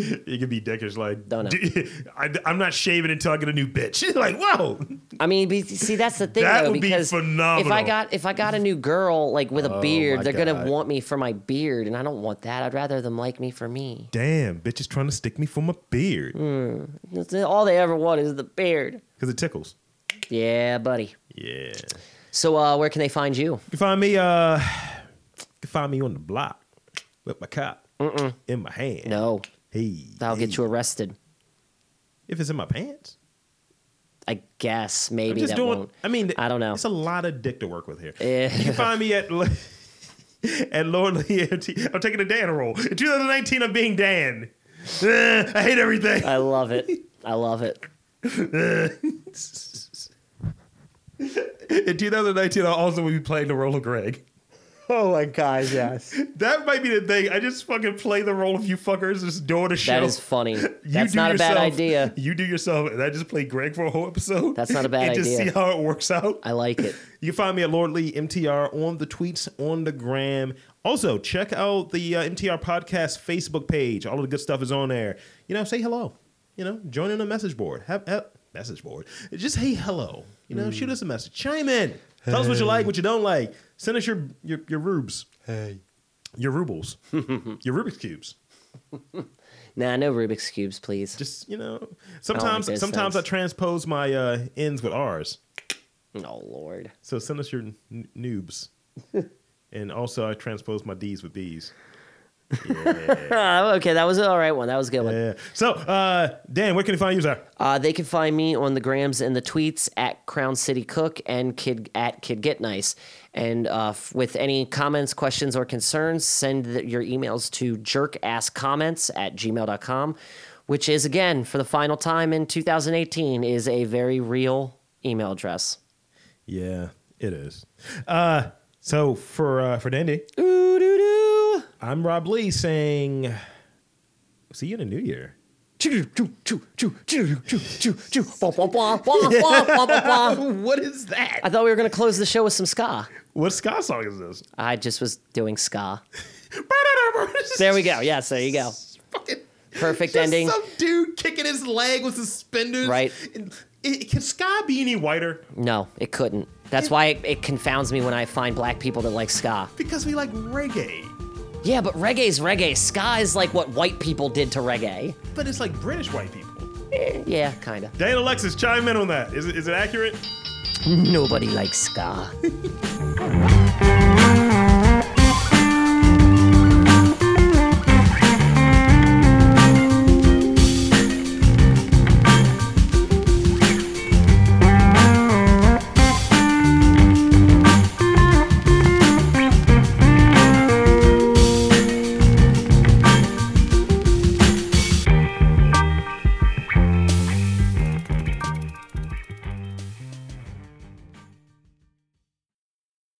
S1: It could be Decker's like,
S2: Don't know.
S1: "D- I, am not shaving until I get a new bitch. like, whoa.
S2: I mean, be, see, that's the thing.
S1: That
S2: though,
S1: would be
S2: because If I
S1: phenomenal. Oh
S2: got if I got a new girl like with a beard,
S1: my
S2: they're
S1: God.
S2: gonna want me for my beard, and I don't want that. I'd rather them like me for me.
S1: Damn, bitch is trying to stick me for my beard
S2: That's it. All they ever want is the beard.
S1: because it tickles.
S2: Yeah, buddy.
S1: Yeah.
S2: So, uh, where can they find you?
S1: You can find me, uh, you can find me on the block with my cop in my hand.
S2: No,
S1: Hey.
S2: that'll
S1: hey.
S2: get you arrested.
S1: If it's in my pants.
S2: I guess maybe
S1: I'm just
S2: that
S1: doing,
S2: won't.
S1: I mean,
S2: I don't know.
S1: It's a lot of dick to work with here.
S2: Eh.
S1: You can find me at. At Lord Lee, I'm taking a Dan role. In 2019, I'm being Dan. Eh, I hate everything.
S2: I love it. I love it.
S1: In 2019, I also will be playing the role of Greg.
S2: Oh my god, yes.
S1: That might be the thing. I just fucking play the role of you fuckers just doing a show.
S2: That is funny.
S1: You
S2: That's
S1: do
S2: not a bad
S1: yourself-
S2: idea.
S1: You do yourself, and I just play Greg for a whole episode.
S2: That's not a bad
S1: and just
S2: idea.
S1: see how it works out.
S2: I like it.
S1: You can find me at Lord Lee MTR on the tweets, on the gram. Also, check out the uh, MTR podcast Facebook page. All of the good stuff is on there. You know, say hello. You know, join in the message board. Have, have message board. Just hey hello. You know, shoot us a message. Chime in. Tell us what you like, what you don't like. Send us your your, your rubes. Hey. Your rubles. your Rubik's cubes.
S2: Nah, no Rubik's cubes, please.
S1: Just you know, sometimes
S2: those
S1: sometimes
S2: things.
S1: I transpose my uh, ends with R's.
S2: oh lord.
S1: So send us your n- noobs. and also, I transpose my D's with B's. Yeah.
S2: Ah, okay, that was an all right one. That was a good one.
S1: yeah. So, uh, Dan, where can you find you, sir?
S2: Uh, they can find me on the grams and the tweets at Crown City Cook and Kid at Kid Get Nice. And uh, f- with any comments, questions, or concerns, send th- your emails to jerkasscomments at gmail.com, which is, again, for the final time in 2018, is a very real email address.
S1: Yeah, it is. Uh, so for uh, for Dandy,
S2: Ooh, doo, doo.
S1: I'm Rob Lee saying, see you in the new year.
S2: Choo, choo, choo, choo, choo, choo, choo, choo. Wah, wah, wah, wah, wah, wah, wah, wah.
S1: What is that?
S2: I thought we were going to close the show with some ska.
S1: What ska song is this?
S2: I just was doing ska. There we go. Yes, there you go.
S1: Fucking
S2: Perfect
S1: just
S2: ending.
S1: Some dude kicking his leg with suspenders.
S2: Right.
S1: And it- can ska be any whiter?
S2: No, it couldn't. That's
S1: It-
S2: why it, it confounds me when I find black people that like ska.
S1: Because we like reggae.
S2: Yeah, but reggae's reggae. Ska is like what white people did to reggae.
S1: But it's like British white people.
S2: Yeah, kinda.
S1: Dan Alexis, chime in on that. Is it, is it accurate?
S2: Nobody likes ska.